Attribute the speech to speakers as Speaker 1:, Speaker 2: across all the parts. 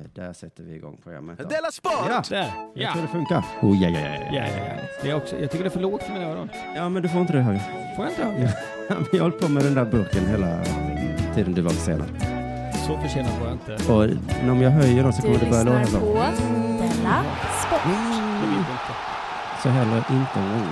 Speaker 1: Eh, Där sätter vi igång programmet. då.
Speaker 2: Della Sport!
Speaker 1: Ja,
Speaker 3: Där!
Speaker 1: jag
Speaker 3: Ja.
Speaker 1: tror det funkar. Oh, ja, ja, ja,
Speaker 3: Ja, ja, ja. Det är också, jag tycker det är för lågt för mina öron.
Speaker 1: ja, men du får inte det högre.
Speaker 3: Får jag inte högre?
Speaker 1: jag håller på med den där burken hela tiden du var försenad.
Speaker 3: Så försenad var jag inte.
Speaker 1: Och om jag höjer den så
Speaker 4: Du
Speaker 1: kommer det börja
Speaker 4: lyssnar
Speaker 1: låta
Speaker 4: på
Speaker 1: så.
Speaker 4: Della Sport.
Speaker 3: Det vill jag inte.
Speaker 1: Så heller inte.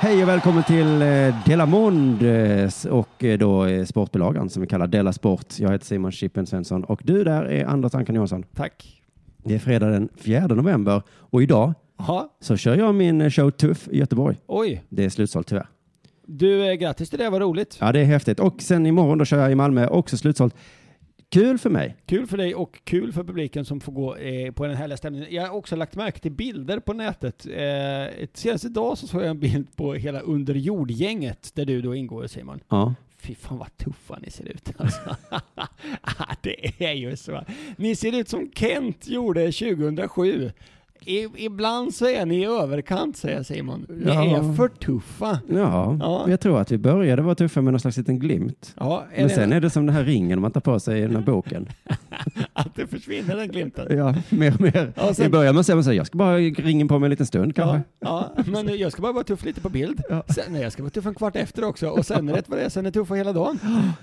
Speaker 1: Hej och välkommen till eh, Della Mond eh, och eh, då eh, sportbilagan som vi kallar Della Sport. Jag heter Simon Chippen Svensson och du där är Anders Ankan Johansson.
Speaker 3: Tack.
Speaker 1: Det är fredag den 4 november och idag
Speaker 3: Ja,
Speaker 1: så kör jag min eh, show Tuff i Göteborg.
Speaker 3: oj.
Speaker 1: Det är slutsålt tyvärr.
Speaker 3: Du, eh, grattis till det, vad roligt.
Speaker 1: Ja, det är häftigt. Och sen imorgon då kör jag i Malmö, också slutsålt. Kul för mig.
Speaker 3: Kul för dig och kul för publiken som får gå eh, på den härliga stämningen. Jag har också lagt märke till bilder på nätet. Eh, senast idag så såg jag en bild på hela underjordgänget där du då ingår Simon.
Speaker 1: Ja.
Speaker 3: Fy fan vad tuffa ni ser ut alltså. Ah, det är ju så. Ni ser ut som Kent gjorde 2007. I, ibland så är ni i överkant säger Simon. Ni
Speaker 1: Ja.
Speaker 3: är för tuffa.
Speaker 1: Ja,
Speaker 3: Ja.
Speaker 1: jag tror att vi började vara tuffa med någon slags liten glimt.
Speaker 3: Ja, är
Speaker 1: Men
Speaker 3: det-
Speaker 1: sen är det som den här ringen man tar på sig i den här boken.
Speaker 3: att det försvinner den glimten.
Speaker 1: Ja, mer och mer.
Speaker 3: Ja, sen-
Speaker 1: I början man säger man så här, jag ska bara ha ringen på mig en liten stund
Speaker 3: Ja,
Speaker 1: kanske.
Speaker 3: ja, men nu- jag ska bara vara tuff lite på bild.
Speaker 1: Ja.
Speaker 3: Sen, nej, jag ska vara tuff en kvart efter också. Och sen är det vad det är, sen är jag tuff hela dagen.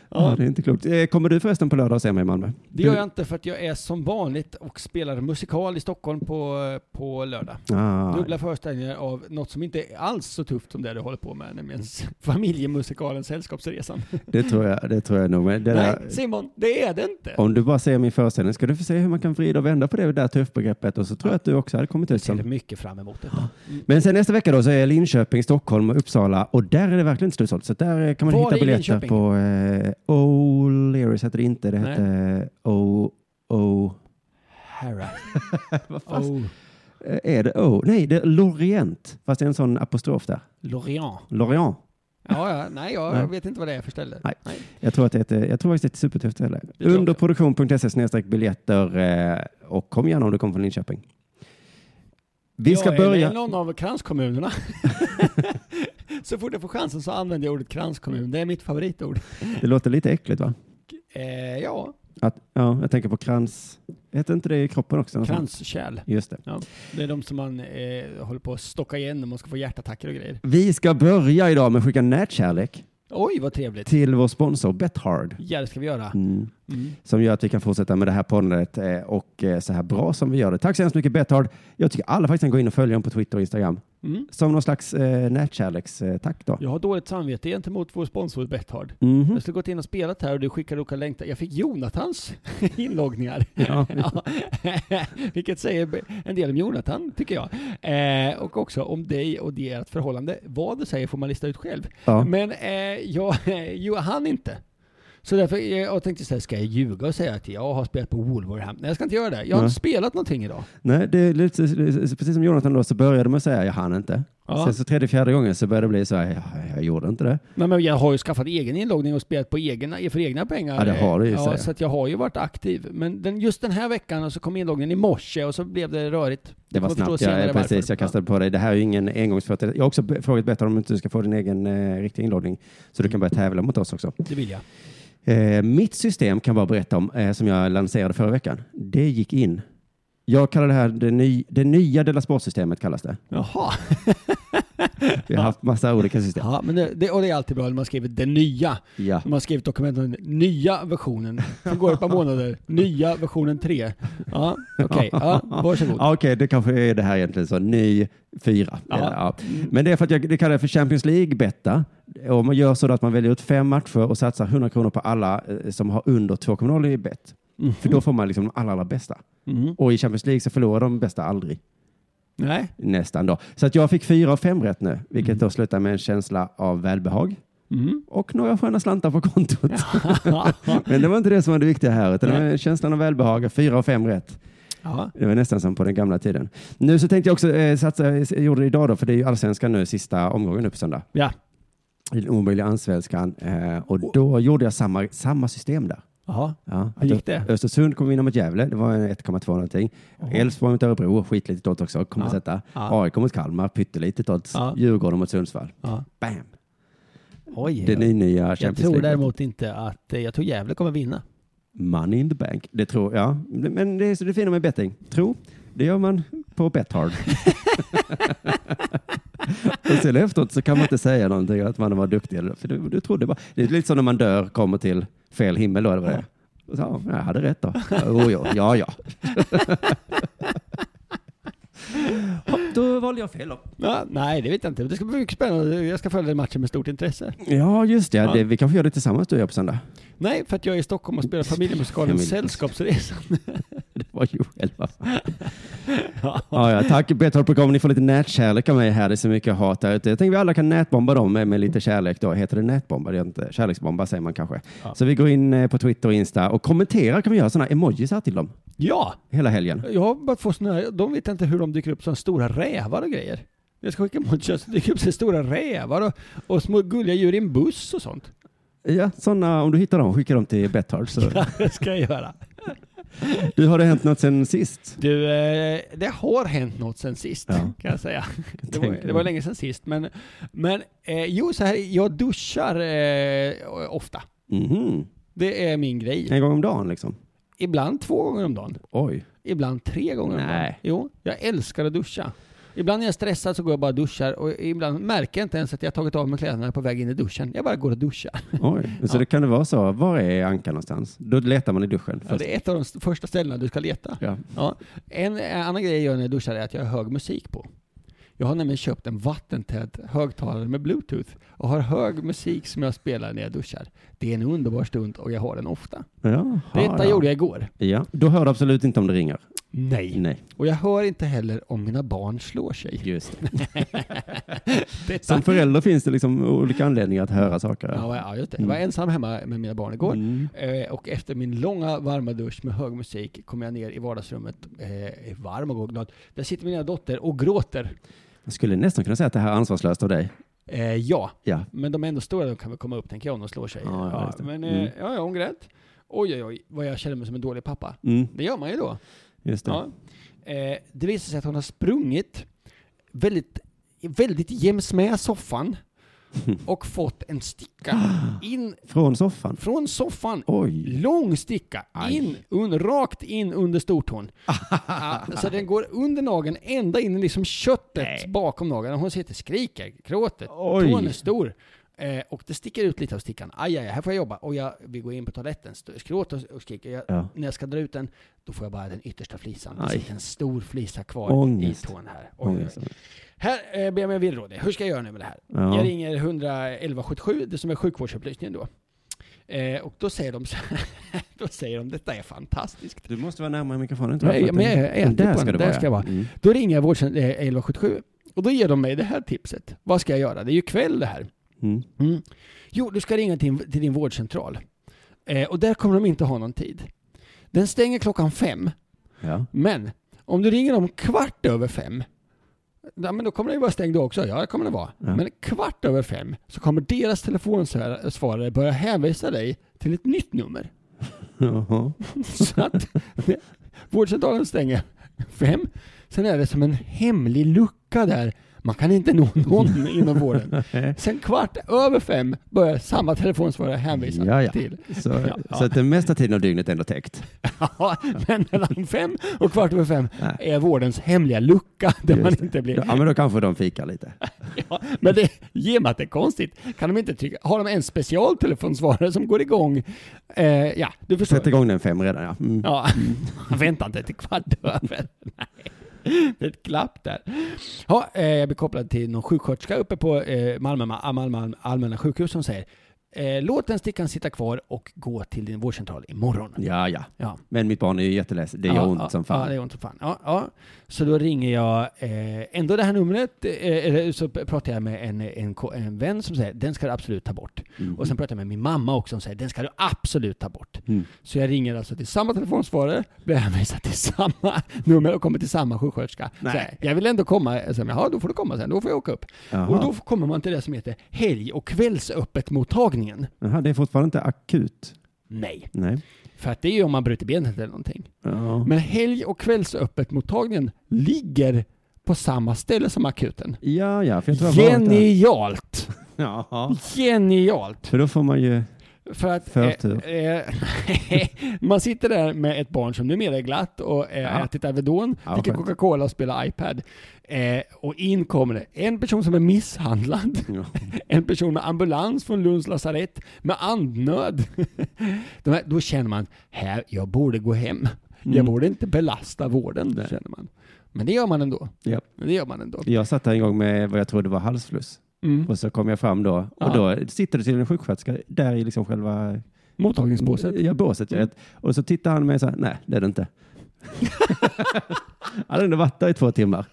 Speaker 1: Ja.
Speaker 3: Ja,
Speaker 1: det är inte klokt. Eh, Kommer du förresten på lördag och se mig i Malmö?
Speaker 3: det gör jag inte för att jag är som vanligt och spelar musikal i Stockholm på, på lördag.
Speaker 1: inte. Ah,
Speaker 3: Dubbla föreställningar av något som inte är alls så tufft som det du håller på med, nämligen
Speaker 1: Mm.
Speaker 3: s- familjemusikalen Sällskapsresan.
Speaker 1: det, tror jag, det tror jag nog. Men Det
Speaker 3: Nej,
Speaker 1: där,
Speaker 3: Simon, det är det inte.
Speaker 1: om du bara ser min föreställning ska du få se hur man kan vrida och vända på det där tuffbegreppet och så tror jag att du också hade kommit ut
Speaker 3: Ser
Speaker 1: som.
Speaker 3: mycket fram emot detta.
Speaker 1: Men sen nästa vecka då så är Linköping, Stockholm och Uppsala och där är det verkligen inte slutsålt. Så där eh, kan man
Speaker 3: Var
Speaker 1: hitta
Speaker 3: i
Speaker 1: biljetter
Speaker 3: Linköping?
Speaker 1: på eh, O'Learys heter det inte. Det
Speaker 3: Nej.
Speaker 1: hette O... O...
Speaker 3: Harry.
Speaker 1: Vad fan
Speaker 3: Oh,
Speaker 1: eh, är det? O? Nej, det är Lorient. Fast det är en sån apostrof där.
Speaker 3: Lorient.
Speaker 1: Lorient.
Speaker 3: Ja, ja, nej, jag
Speaker 1: Nej.
Speaker 3: vet inte vad det är för ställe.
Speaker 1: Nej. Jag tror, att det är ett, eh, jag tror faktiskt det är ett supertufft ställe.
Speaker 3: tror jag
Speaker 1: Under produktion.se E snedstreck biljetter eh, och kom gärna om du kommer från Linköping. Vi ska
Speaker 3: jag
Speaker 1: börja.
Speaker 3: Eller någon av kranskommunerna. så fort jag får chansen så använder jag ordet kranskommun. Det är mitt favoritord.
Speaker 1: Det låter lite äckligt va?
Speaker 3: Eh, ja,
Speaker 1: Att, ja, jag tänker på krans. Heter inte det i kroppen också? någonstans?
Speaker 3: kranskärl.
Speaker 1: Just det.
Speaker 3: Det är de som man eh, håller på att stocka igen när man ska få hjärtattacker och grejer.
Speaker 1: Vi ska börja idag med att skicka nätkärlek
Speaker 3: Oj, vad trevligt.
Speaker 1: till vår sponsor Bethard.
Speaker 3: Ja, det ska vi göra.
Speaker 1: Mm.
Speaker 3: Mm.
Speaker 1: Som gör att vi kan fortsätta med det här poddandet eh, och eh, så här bra som vi gör det. Tack så hemskt mycket Bethard. Jag tycker alla faktiskt kan gå in och följa dem på Twitter och Instagram.
Speaker 3: Mm.
Speaker 1: Som någon slags eh, nätkärlekstack då.
Speaker 3: Jag har dåligt samvete gentemot vår sponsor Bethard.
Speaker 1: Mhm.
Speaker 3: Jag skulle gått in och spelat här och du skickade olika länkar. Jag fick Jonathans inloggningar.
Speaker 1: Ja.
Speaker 3: Ja. Vilket säger en del om Jonathan, tycker jag. Eh, och också om dig och det ert förhållande. Vad du säger får man lista ut själv.
Speaker 1: Ja.
Speaker 3: Men eh, jag, jo, han inte. Så därför eh, jag tänkte så här, ska jag ljuga och säga att jag har spelat på Wolverhampton? Nej, jag ska inte göra det. Jag har
Speaker 1: Nej.
Speaker 3: inte spelat någonting idag.
Speaker 1: Nej, det är lite, precis som Jonathan då så började man säga jag hann inte.
Speaker 3: Ja.
Speaker 1: Sen så tredje, fjärde gången så började det bli så här, ja, jag gjorde inte det.
Speaker 3: Nej, men jag har ju skaffat egen inloggning och spelat på egna, för egna pengar.
Speaker 1: Ja, det har du ju,
Speaker 3: Ja,
Speaker 1: säger.
Speaker 3: så att jag har ju varit aktiv. Men den, just den här veckan och så kom inloggningen i morse och så blev det rörigt.
Speaker 1: Det var
Speaker 3: Får förstå
Speaker 1: snabbt,
Speaker 3: senare
Speaker 1: jag, precis,
Speaker 3: varför.
Speaker 1: jag kastade på dig. Det här är ju ingen engångsföreteelse. Jag har också be- frågat bättre om inte du ska få din egen eh, riktiga inloggning så du kan börja tävla mot oss också.
Speaker 3: Ja, det vill jag.
Speaker 1: Eh, mitt system kan jag bara berätta om eh, som jag lanserade förra veckan. Det gick in. Jag kallar det här det, ny, det nya Della Sport-systemet kallas det.
Speaker 3: Jaha.
Speaker 1: Vi har haft massa olika system.
Speaker 3: Ja, men det, det, och det är alltid bra när man skriver det nya.
Speaker 1: Ja.
Speaker 3: Man har skrivit dokumenten, nya versionen. Sen går det ett par månader, nya versionen 3. Ja, okej. Ja, varsågod.
Speaker 1: Ja, Okej, det kanske är det här egentligen så. Ny fyra.
Speaker 3: Ja.
Speaker 1: Eller, ja. Men det är för att jag det kallar jag för Champions League-betta. Och man gör så att man väljer ut fem matcher och satsar 100 kronor på alla eh, som har under 2,0 i bett.
Speaker 3: Mhm.
Speaker 1: För då får man liksom de allra, allra bästa.
Speaker 3: Mhm.
Speaker 1: Och i Champions League så förlorar de bästa aldrig.
Speaker 3: Nej.
Speaker 1: Nästan då. Så att jag fick fyra av fem rätt nu, vilket då slutar med en känsla av välbehag
Speaker 3: Mm.
Speaker 1: och några sköna slantar på kontot.
Speaker 3: Ja.
Speaker 1: Men det var inte det som var det viktiga här, utan det
Speaker 3: Nej.
Speaker 1: var känslan av välbehag, fyra av fem rätt.
Speaker 3: Ja.
Speaker 1: Det var nästan som på den gamla tiden. Nu så tänkte jag också eh, satsa, jag gjorde det idag då, för det är ju allsvenskan nu, sista omgången nu på söndag.
Speaker 3: ja.
Speaker 1: Den omöjliga allsvenskan. Eh, och då gjorde jag samma, samma system där.
Speaker 3: Jaha.
Speaker 1: Ja,
Speaker 3: Hur gick det?
Speaker 1: Östersund kommer vinna mot Gävle, det var en 1,2 någonting. Elfsborg mot Örebro, skitlitet odds också, kommer
Speaker 3: Ja.
Speaker 1: sätta.
Speaker 3: Ja.
Speaker 1: AIK mot Kalmar, pyttelitet odds.
Speaker 3: Ja.
Speaker 1: Djurgården mot Sundsvall.
Speaker 3: Ja.
Speaker 1: Bam!
Speaker 3: Oj.
Speaker 1: Det är ny, nya
Speaker 3: jag
Speaker 1: Champions
Speaker 3: tror
Speaker 1: League.
Speaker 3: däremot inte att, eh, jag tror Gävle kommer vinna.
Speaker 1: Money in the bank. Det tror jag. Men det är så det fina med betting. Tro, det gör man på Bethard. och sen efteråt så kan man inte säga någonting att man var duktig. eller- För du, du trodde bara. Det är lite som när man dör kommer till fel himmel då, eller vad det är. Och så, ja, jag hade rätt då. Oh, ja, ja, ja. Hopp, då valde jag fel då.
Speaker 3: Ja, nej, det vet jag inte. Det ska bli mycket spännande. Jag ska följa den matchen med stort intresse.
Speaker 1: Ja, just det.
Speaker 3: Ja.
Speaker 1: det vi kanske gör det tillsammans du och jag på söndag.
Speaker 3: Nej, för att jag är i Stockholm och spelar familjemusikalen
Speaker 1: Familjemusikal.
Speaker 3: Sällskapsresan.
Speaker 1: Det var Joel. va? ja, ja, tack Betthard.com. Ni får lite nätkärlek av mig här. Det är så mycket hat där ute. Jag tänker vi alla kan nätbomba dem med, med lite kärlek. Då. Heter det nätbomba? Det gör inte. Kärleksbomba säger man kanske. Så vi går in eh, på Twitter och Insta och kommenterar kan vi göra sådana emojis här till dem
Speaker 3: Ja,
Speaker 1: hela helgen.
Speaker 3: jag har börjat få såna här, de vet inte hur de dyker upp som stora rävar och grejer. Jag ska skicka mot kött så dyker upp så stora rävar och, och små gulliga djur i en buss och sånt.
Speaker 1: Ja, sådana, om du hittar dem, skicka dem till Betthard. Så.
Speaker 3: Det ska jag göra.
Speaker 1: Du, har det hänt något sen sist?
Speaker 3: Du, eh, det har hänt något sen sist
Speaker 1: Ja.
Speaker 3: kan jag säga. Det var,
Speaker 1: tänka mig.
Speaker 3: det var länge sen sist, men, men eh, jo, så här, jag duschar eh, ofta.
Speaker 1: Mhm.
Speaker 3: Det är min grej.
Speaker 1: En gång om dagen liksom?
Speaker 3: Ibland två gånger om dagen,
Speaker 1: Oj.
Speaker 3: ibland tre gånger om dagen.
Speaker 1: Nej.
Speaker 3: Jo, jag älskar att duscha. Ibland när jag är stressad så går jag bara och duschar och ibland märker jag inte ens att jag har tagit av mig kläderna på väg in i duschen. Jag bara går och duschar.
Speaker 1: Oj. Så det kan det vara så. Var är Anka någonstans? Då letar man i duschen.
Speaker 3: Ja,
Speaker 1: Först.
Speaker 3: det är ett av de st- första ställena du ska leta.
Speaker 1: Ja.
Speaker 3: Ja. En eh, annan grej jag gör när jag duschar är att jag har hög musik på. Jag har nämligen köpt en vattentät högtalare med bluetooth och har hög musik som jag spelar när jag duschar. Det är en underbar stund och jag har den ofta.
Speaker 1: Jaha,
Speaker 3: Detta
Speaker 1: ja.
Speaker 3: gjorde jag igår.
Speaker 1: Ja, då hör du absolut inte om det ringer.
Speaker 3: Nej.
Speaker 1: Nej,
Speaker 3: Och jag hör inte heller om mina barn slår sig.
Speaker 1: just
Speaker 3: Detta.
Speaker 1: Som förälder finns det liksom olika anledningar att höra saker.
Speaker 3: Ja, ja, just det. Jag var ensam hemma med mina barn igår.
Speaker 1: Mm.
Speaker 3: Eh, Och efter min långa varma dusch med hög musik kom jag ner i vardagsrummet, eh, varm och glad. Där sitter min dotter och gråter.
Speaker 1: Jag skulle nästan kunna säga att det här är ansvarslöst av dig.
Speaker 3: Eh, ja,
Speaker 1: Ja,
Speaker 3: Men de är ändå stora, de kan väl komma upp tänker jag om de slår sig.
Speaker 1: Ja, ja, just det.
Speaker 3: men
Speaker 1: Mm.
Speaker 3: eh, ja, ja, hon grät. Oj, oj, oj, vad jag känner mig som en dålig pappa.
Speaker 1: mm.
Speaker 3: Det gör man ju då.
Speaker 1: just det.
Speaker 3: Ja. Eh, det visar sig att hon har sprungit väldigt, väldigt jäms med soffan och fått en sticka in
Speaker 1: Från soffan.
Speaker 3: från soffan.
Speaker 1: Oj,
Speaker 3: Lång sticka,
Speaker 1: Aj.
Speaker 3: in, un, rakt in under stortån. så den går under nageln, ända in i liksom köttet bakom nageln. Och Hon sitter, skriker, gråter,
Speaker 1: Oj.
Speaker 3: tån är stor. Eh, och det sticker ut lite av stickan. Aj, aj, här får jag jobba. Och jag, vi går in på toaletten, st- gråter och- och skriker. Jag,
Speaker 1: Ja.
Speaker 3: När jag ska dra ut den, då får jag bara den yttersta flisan. Det
Speaker 1: Aj.
Speaker 3: sitter en stor flisa kvar
Speaker 1: Ångest.
Speaker 3: i tån här. Oj, oj, oj.
Speaker 1: ångest.
Speaker 3: Här eh, ber jag mig villråd. Hur ska jag göra nu med det här?
Speaker 1: Ja.
Speaker 3: Jag ringer 11177, det som är sjukvårdsupplysningen då. Eh, och då säger de så här, då säger de detta är fantastiskt.
Speaker 1: Du måste vara närmare mikrofonen. tror
Speaker 3: Nej,
Speaker 1: för att
Speaker 3: men
Speaker 1: den-
Speaker 3: jag äter
Speaker 1: där
Speaker 3: på
Speaker 1: ska
Speaker 3: den,
Speaker 1: du
Speaker 3: där
Speaker 1: vara.
Speaker 3: ska jag vara.
Speaker 1: Mm.
Speaker 3: Då ringer jag vårdcentralen eh, 1177 och då ger de mig det här tipset. Vad ska jag göra? Det är ju kväll det här.
Speaker 1: Mm.
Speaker 3: Mm. Jo, du ska ringa till, till din vårdcentral. Eh, och där kommer de inte ha någon tid. Den stänger klockan fem,
Speaker 1: Ja.
Speaker 3: men om du ringer om kvart över fem, ja, men då kommer den ju vara stängd då också. Ja, det kommer den vara.
Speaker 1: Ja.
Speaker 3: Men kvart över fem så kommer deras telefonsvarare börja hänvisa dig till ett nytt nummer.
Speaker 1: Jaha.
Speaker 3: Så att vårdcentralen stänger fem. Sen är det som en hemlig lucka där. Man kan inte nå någon inom vården. Sen kvart över fem börjar samma telefonsvarare hänvisa
Speaker 1: Ja, ja.
Speaker 3: till.
Speaker 1: Så,
Speaker 3: Ja.
Speaker 1: så att den mesta tiden av dygnet är ändå täckt.
Speaker 3: Ja, men mellan fem och kvart över fem
Speaker 1: Nej.
Speaker 3: är vårdens hemliga lucka där
Speaker 1: Just
Speaker 3: man
Speaker 1: det.
Speaker 3: inte blir...
Speaker 1: Ja, men då kanske de fikar lite.
Speaker 3: Ja, men det, ge mig att det är konstigt. Kan de inte tycka, har de en specialtelefonsvarare som går igång? Eh, ja, du förstår.
Speaker 1: Sätt igång den fem redan, ja. Mm.
Speaker 3: Ja, vänta inte till kvart över. Nej, det är ett glapp där. Ja, eh, jag blir kopplad till någon sjuksköterska uppe på eh, Malmö, Malmö, Malmö allmänna sjukhus som säger eh, låt den stickan sitta kvar och gå till din vårdcentral imorgon.
Speaker 1: Ja, ja.
Speaker 3: Ja.
Speaker 1: Men mitt barn är ju jätteledsen. Det gör
Speaker 3: Ja,
Speaker 1: ont
Speaker 3: ja,
Speaker 1: som
Speaker 3: Ja,
Speaker 1: fan.
Speaker 3: det gör ont som fan. Ja, ja. Så då ringer jag eh, ändå det här numret, eh, eller så pratar jag med en, en, ko- en vän som säger den ska du absolut ta bort.
Speaker 1: Mm.
Speaker 3: Och sen pratar jag med min mamma också som säger den ska du absolut ta bort.
Speaker 1: Mm.
Speaker 3: Så jag ringer alltså till samma telefonsvarare, blir hänvisad till samma nummer och kommer till samma sjuksköterska. Så
Speaker 1: Nej.
Speaker 3: här, jag vill ändå komma, så här, jaha då får du komma sen, då får jag åka upp.
Speaker 1: Jaha.
Speaker 3: Och då kommer man till det som heter helg och kvällsöppet mottagningen.
Speaker 1: Jaha, det är fortfarande inte akut.
Speaker 3: Nej,
Speaker 1: Nej.
Speaker 3: för att det är ju om man bryter benet eller någonting.
Speaker 1: Ja.
Speaker 3: Men helg och kvällsöppet mottagningen ligger på samma ställe som akuten.
Speaker 1: Ja, ja. För jag tror jag har varit där.
Speaker 3: Genialt!
Speaker 1: Ja.
Speaker 3: Genialt!
Speaker 1: För då får man ju...
Speaker 3: För att
Speaker 1: Förtur.
Speaker 3: eh, eh, man sitter där med ett barn som numera är glatt och eh,
Speaker 1: Ja.
Speaker 3: ätit Alvedon,
Speaker 1: Ja,
Speaker 3: dricker
Speaker 1: skönt.
Speaker 3: Coca-Cola och spelar iPad. Eh, och in kommer det en person som är misshandlad,
Speaker 1: Ja.
Speaker 3: en person med ambulans från Lunds lasarett med andnöd. De här, då känner man, här, jag borde gå hem. Jag
Speaker 1: Mm.
Speaker 3: borde inte belasta vården,
Speaker 1: Nej.
Speaker 3: känner man. Men det gör man ändå.
Speaker 1: Ja.
Speaker 3: Det gör man ändå.
Speaker 1: Jag satt här en gång med vad jag trodde var halsfluss
Speaker 3: Mm.
Speaker 1: och så kom jag fram då och
Speaker 3: Ja.
Speaker 1: då sitter det till en sjuksköterska där i liksom själva
Speaker 3: Mottagningsbåset.
Speaker 1: Ja, båset. ja. Och så tittar han mig så här, nej det är det inte. han hade ändå varit där i två timmar.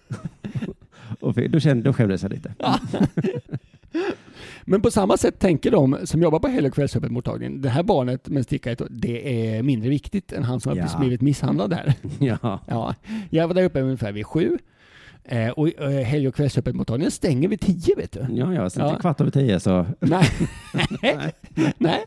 Speaker 1: och då, kände, då skämdes jag lite.
Speaker 3: Men på samma sätt tänker de som jobbar på helg och kvällsöppetmottagningen, det här barnet med en sticka i ett år, det är mindre viktigt än han som
Speaker 1: Ja.
Speaker 3: har blivit misshandlad här.
Speaker 1: ja.
Speaker 3: Ja, jag var där uppe ungefär vid sju eh, och eh, helg och kvällsöppetmottagningen stänger vid tio vet du.
Speaker 1: Ja, ja, sen
Speaker 3: Ja.
Speaker 1: till kvart över tio så.
Speaker 3: Nej. Nej.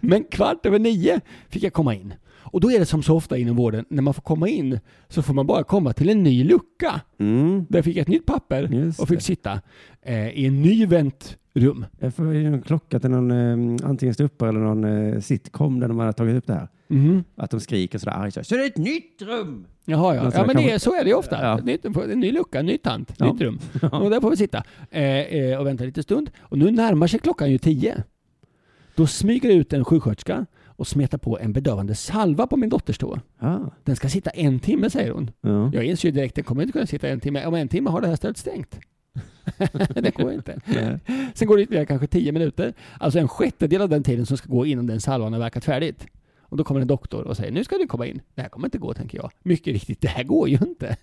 Speaker 3: Men kvart över nio fick jag komma in. Och då är det som så ofta inom vården, när man får komma in så får man bara komma till en ny lucka.
Speaker 1: Mm.
Speaker 3: Där fick jag ett nytt papper
Speaker 1: Just
Speaker 3: och fick
Speaker 1: det.
Speaker 3: sitta eh, i en ny väntrum.
Speaker 1: Jag får ju en klocka till någon, eh, antingen ståuppare eller någon eh, sitcom där de har tagit upp det här.
Speaker 3: Mhm.
Speaker 1: Att de skriker sådär argt. Så, här, så det är ett nytt rum!
Speaker 3: Jaha, ja.
Speaker 1: Alltså,
Speaker 3: ja men
Speaker 1: kanske-
Speaker 3: det är, så är det ju ofta.
Speaker 1: Ja.
Speaker 3: Ett Nytt, en ny lucka, en ny tant,
Speaker 1: Ja.
Speaker 3: nytt rum. Och där får vi sitta eh, eh, och vänta lite stund. Och nu närmar sig klockan ju tio. Då smyger ut en sjuksköterska och smetar på en bedövande salva på min dotters tå.
Speaker 1: Ah,
Speaker 3: Den ska sitta en timme, säger hon.
Speaker 1: ja.
Speaker 3: Jag inser ju direkt, den kommer inte kunna sitta en timme. Om en timme har det här stället stängt. det går inte.
Speaker 1: Nej.
Speaker 3: Sen går det ytterligare kanske tio minuter. Alltså en sjättedel av den tiden som ska gå innan den salvan har verkat färdigt. Och då kommer en doktor och säger, nu ska du komma in. Det här kommer inte gå, tänker jag. Mycket riktigt, det här går ju inte.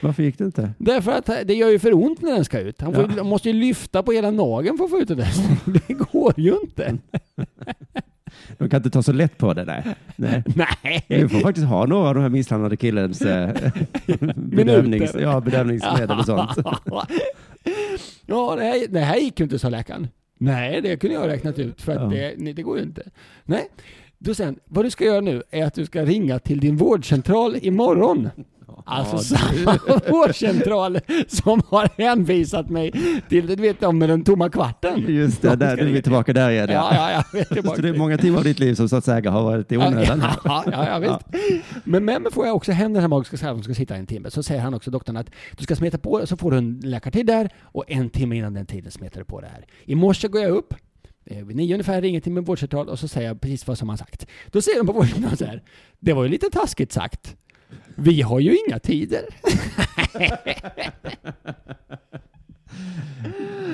Speaker 1: Varför gick det inte?
Speaker 3: Därför att det gör ju för ont när den ska ut. Han, får,
Speaker 1: Ja.
Speaker 3: han måste ju lyfta på hela nageln för att få ut den. där. Det går ju inte.
Speaker 1: De kan inte ta så lätt på det. Nej. Nej.
Speaker 3: Nej.
Speaker 1: Du får faktiskt ha några av de här misshandlade killens eh, bedövnings, ja, bedövningsmedel och sånt.
Speaker 3: Ja, det här, det här gick ju inte, sa läkaren. Nej, det kunde jag ha räknat ut för att
Speaker 1: Ja.
Speaker 3: det, nej, det går ju inte. Nej. Då sen, vad du ska göra nu är att du ska ringa till din vårdcentral imorgon. Alltså samma vårdcentral som har hänvisat mig till, du vet de med den tomma kvarten.
Speaker 1: Just det, där, nu är vi tillbaka där igen.
Speaker 3: Ja,
Speaker 1: Ja.
Speaker 3: ja, ja. jag är tillbaka
Speaker 1: Så det är
Speaker 3: till-
Speaker 1: många timmar av ditt liv som så att säga har varit i onödan. här.
Speaker 3: Ja, ja, ja, visst. Men med mig får jag också hem den här magiska salvan som ska sitta en timme. Så säger han också doktorn att du ska smeta på så får du en läkartid där och en timme innan den tiden smetar du på det här. I morse går jag upp eh, vid nio ungefär, ringer till min vårdcentral och så säger jag precis vad som han sagt. Då säger de på vårdcentralen så här. Det var ju lite taskigt sagt. Vi har ju inga tider.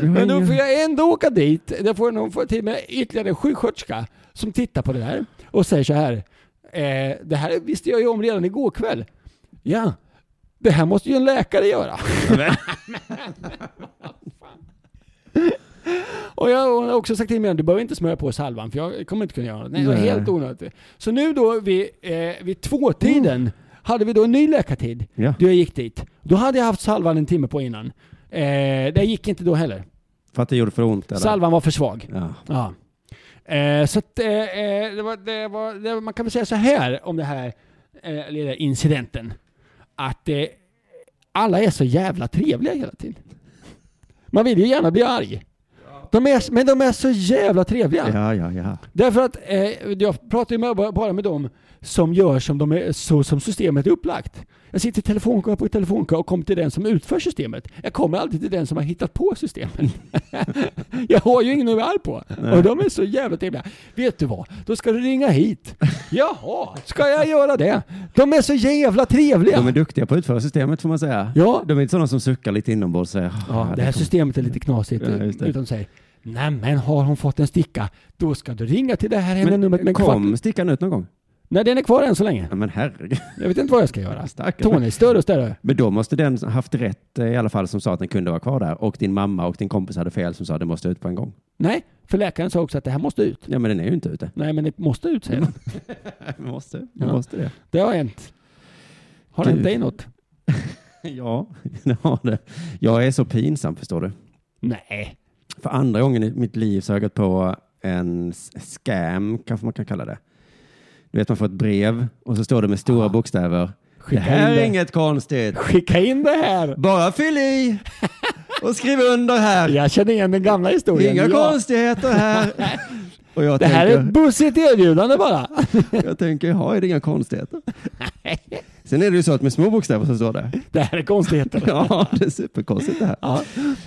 Speaker 3: Men då får jag ändå åka dit. Där får någon få till mig ytterligare en sjuksköterska som tittar på det där och säger så här. Eh, det här visste jag ju om redan igår kväll. Ja, det här måste ju en läkare göra. Och jag hon har också sagt till mig att du behöver inte smörja på salvan för jag kommer inte kunna göra det. Nej, det var
Speaker 1: Nej.
Speaker 3: helt onödigt. Så nu då vid, eh, vid tvåtiden hade vi då en ny läkartid.
Speaker 1: Mm. Ja,
Speaker 3: Då jag gick dit. Då hade jag haft salvan en timme på innan. Eh, det gick inte då heller.
Speaker 1: för att det gjorde för ont? Eller?
Speaker 3: Salvan var för svag.
Speaker 1: Ja.
Speaker 3: Ja. Eh, så att, eh, eh, det var, det var, det var, man kan väl säga så här om det här, eh, eller den här incidenten. Att eh, alla är så jävla trevliga hela tiden. Man vill ju gärna bli arg. De är, men de är så jävla trevliga.
Speaker 1: ja, ja, ja.
Speaker 3: Därför att eh, jag pratar ju med, bara med dem som gör som, de är, så som systemet är upplagt. Jag sitter i telefonkö på telefonkö och kommer till den som utför systemet. Jag kommer alltid till den som har hittat på systemet. jag har ju ingen att vara arg på. Och de är så jävla trevliga. Vet du vad? Då ska du ringa hit. Jaha, ska jag göra det? De är så jävla trevliga.
Speaker 1: De är duktiga på att utföra systemet får man säga.
Speaker 3: Ja.
Speaker 1: De är inte sådana som suckar lite inombords. "Ah, Ja,
Speaker 3: Ja, det här systemet är lite knasigt.
Speaker 1: Ja, just det.
Speaker 3: Utan säger, nej men har hon fått en sticka, då ska du ringa till det här hemliga
Speaker 1: men,
Speaker 3: numret med en kvart.
Speaker 1: kom stickan ut någon gång?
Speaker 3: Nej, den är kvar än så länge.
Speaker 1: Ja, men herregud.
Speaker 3: Jag vet inte vad jag ska göra.
Speaker 1: Stackars.
Speaker 3: Tony, större och större.
Speaker 1: Men då måste den haft rätt eh, i alla fall som sa att den kunde vara kvar där och din mamma och din kompis hade fel som sa att den måste ut på en gång.
Speaker 3: Nej, för läkaren sa också att det här måste ut.
Speaker 1: Ja, men den är ju inte ute.
Speaker 3: Nej, men det måste ut, säger han.
Speaker 1: måste,
Speaker 3: Ja.
Speaker 1: måste det.
Speaker 3: Det har hänt. Har det
Speaker 1: Gud.
Speaker 3: hänt dig något?
Speaker 1: Ja, det har det. Jag är så pinsam förstår du.
Speaker 3: Nej.
Speaker 1: För andra gången i mitt liv så har jag gått på en s- scam, kanske man kan kalla det. Du vet, man får ett brev och så står det med stora
Speaker 3: Ah.
Speaker 1: bokstäver. Det
Speaker 3: Skicka
Speaker 1: här
Speaker 3: in
Speaker 1: är
Speaker 3: det.
Speaker 1: inget konstigt.
Speaker 3: Skicka in det här!
Speaker 1: Bara fyll i och skriv under här.
Speaker 3: Jag känner igen den gamla historien.
Speaker 1: Inga
Speaker 3: Ja.
Speaker 1: konstigheter här. Och jag
Speaker 3: Det här är
Speaker 1: tänker,
Speaker 3: ett bussigt erbjudande bara.
Speaker 1: jag tänker, jaha, är det inga konstigheter? Sen är det ju så att med små bokstäver så står det.
Speaker 3: Det här är konstigheter.
Speaker 1: Ja, det är superkonstigt det här.
Speaker 3: Ja.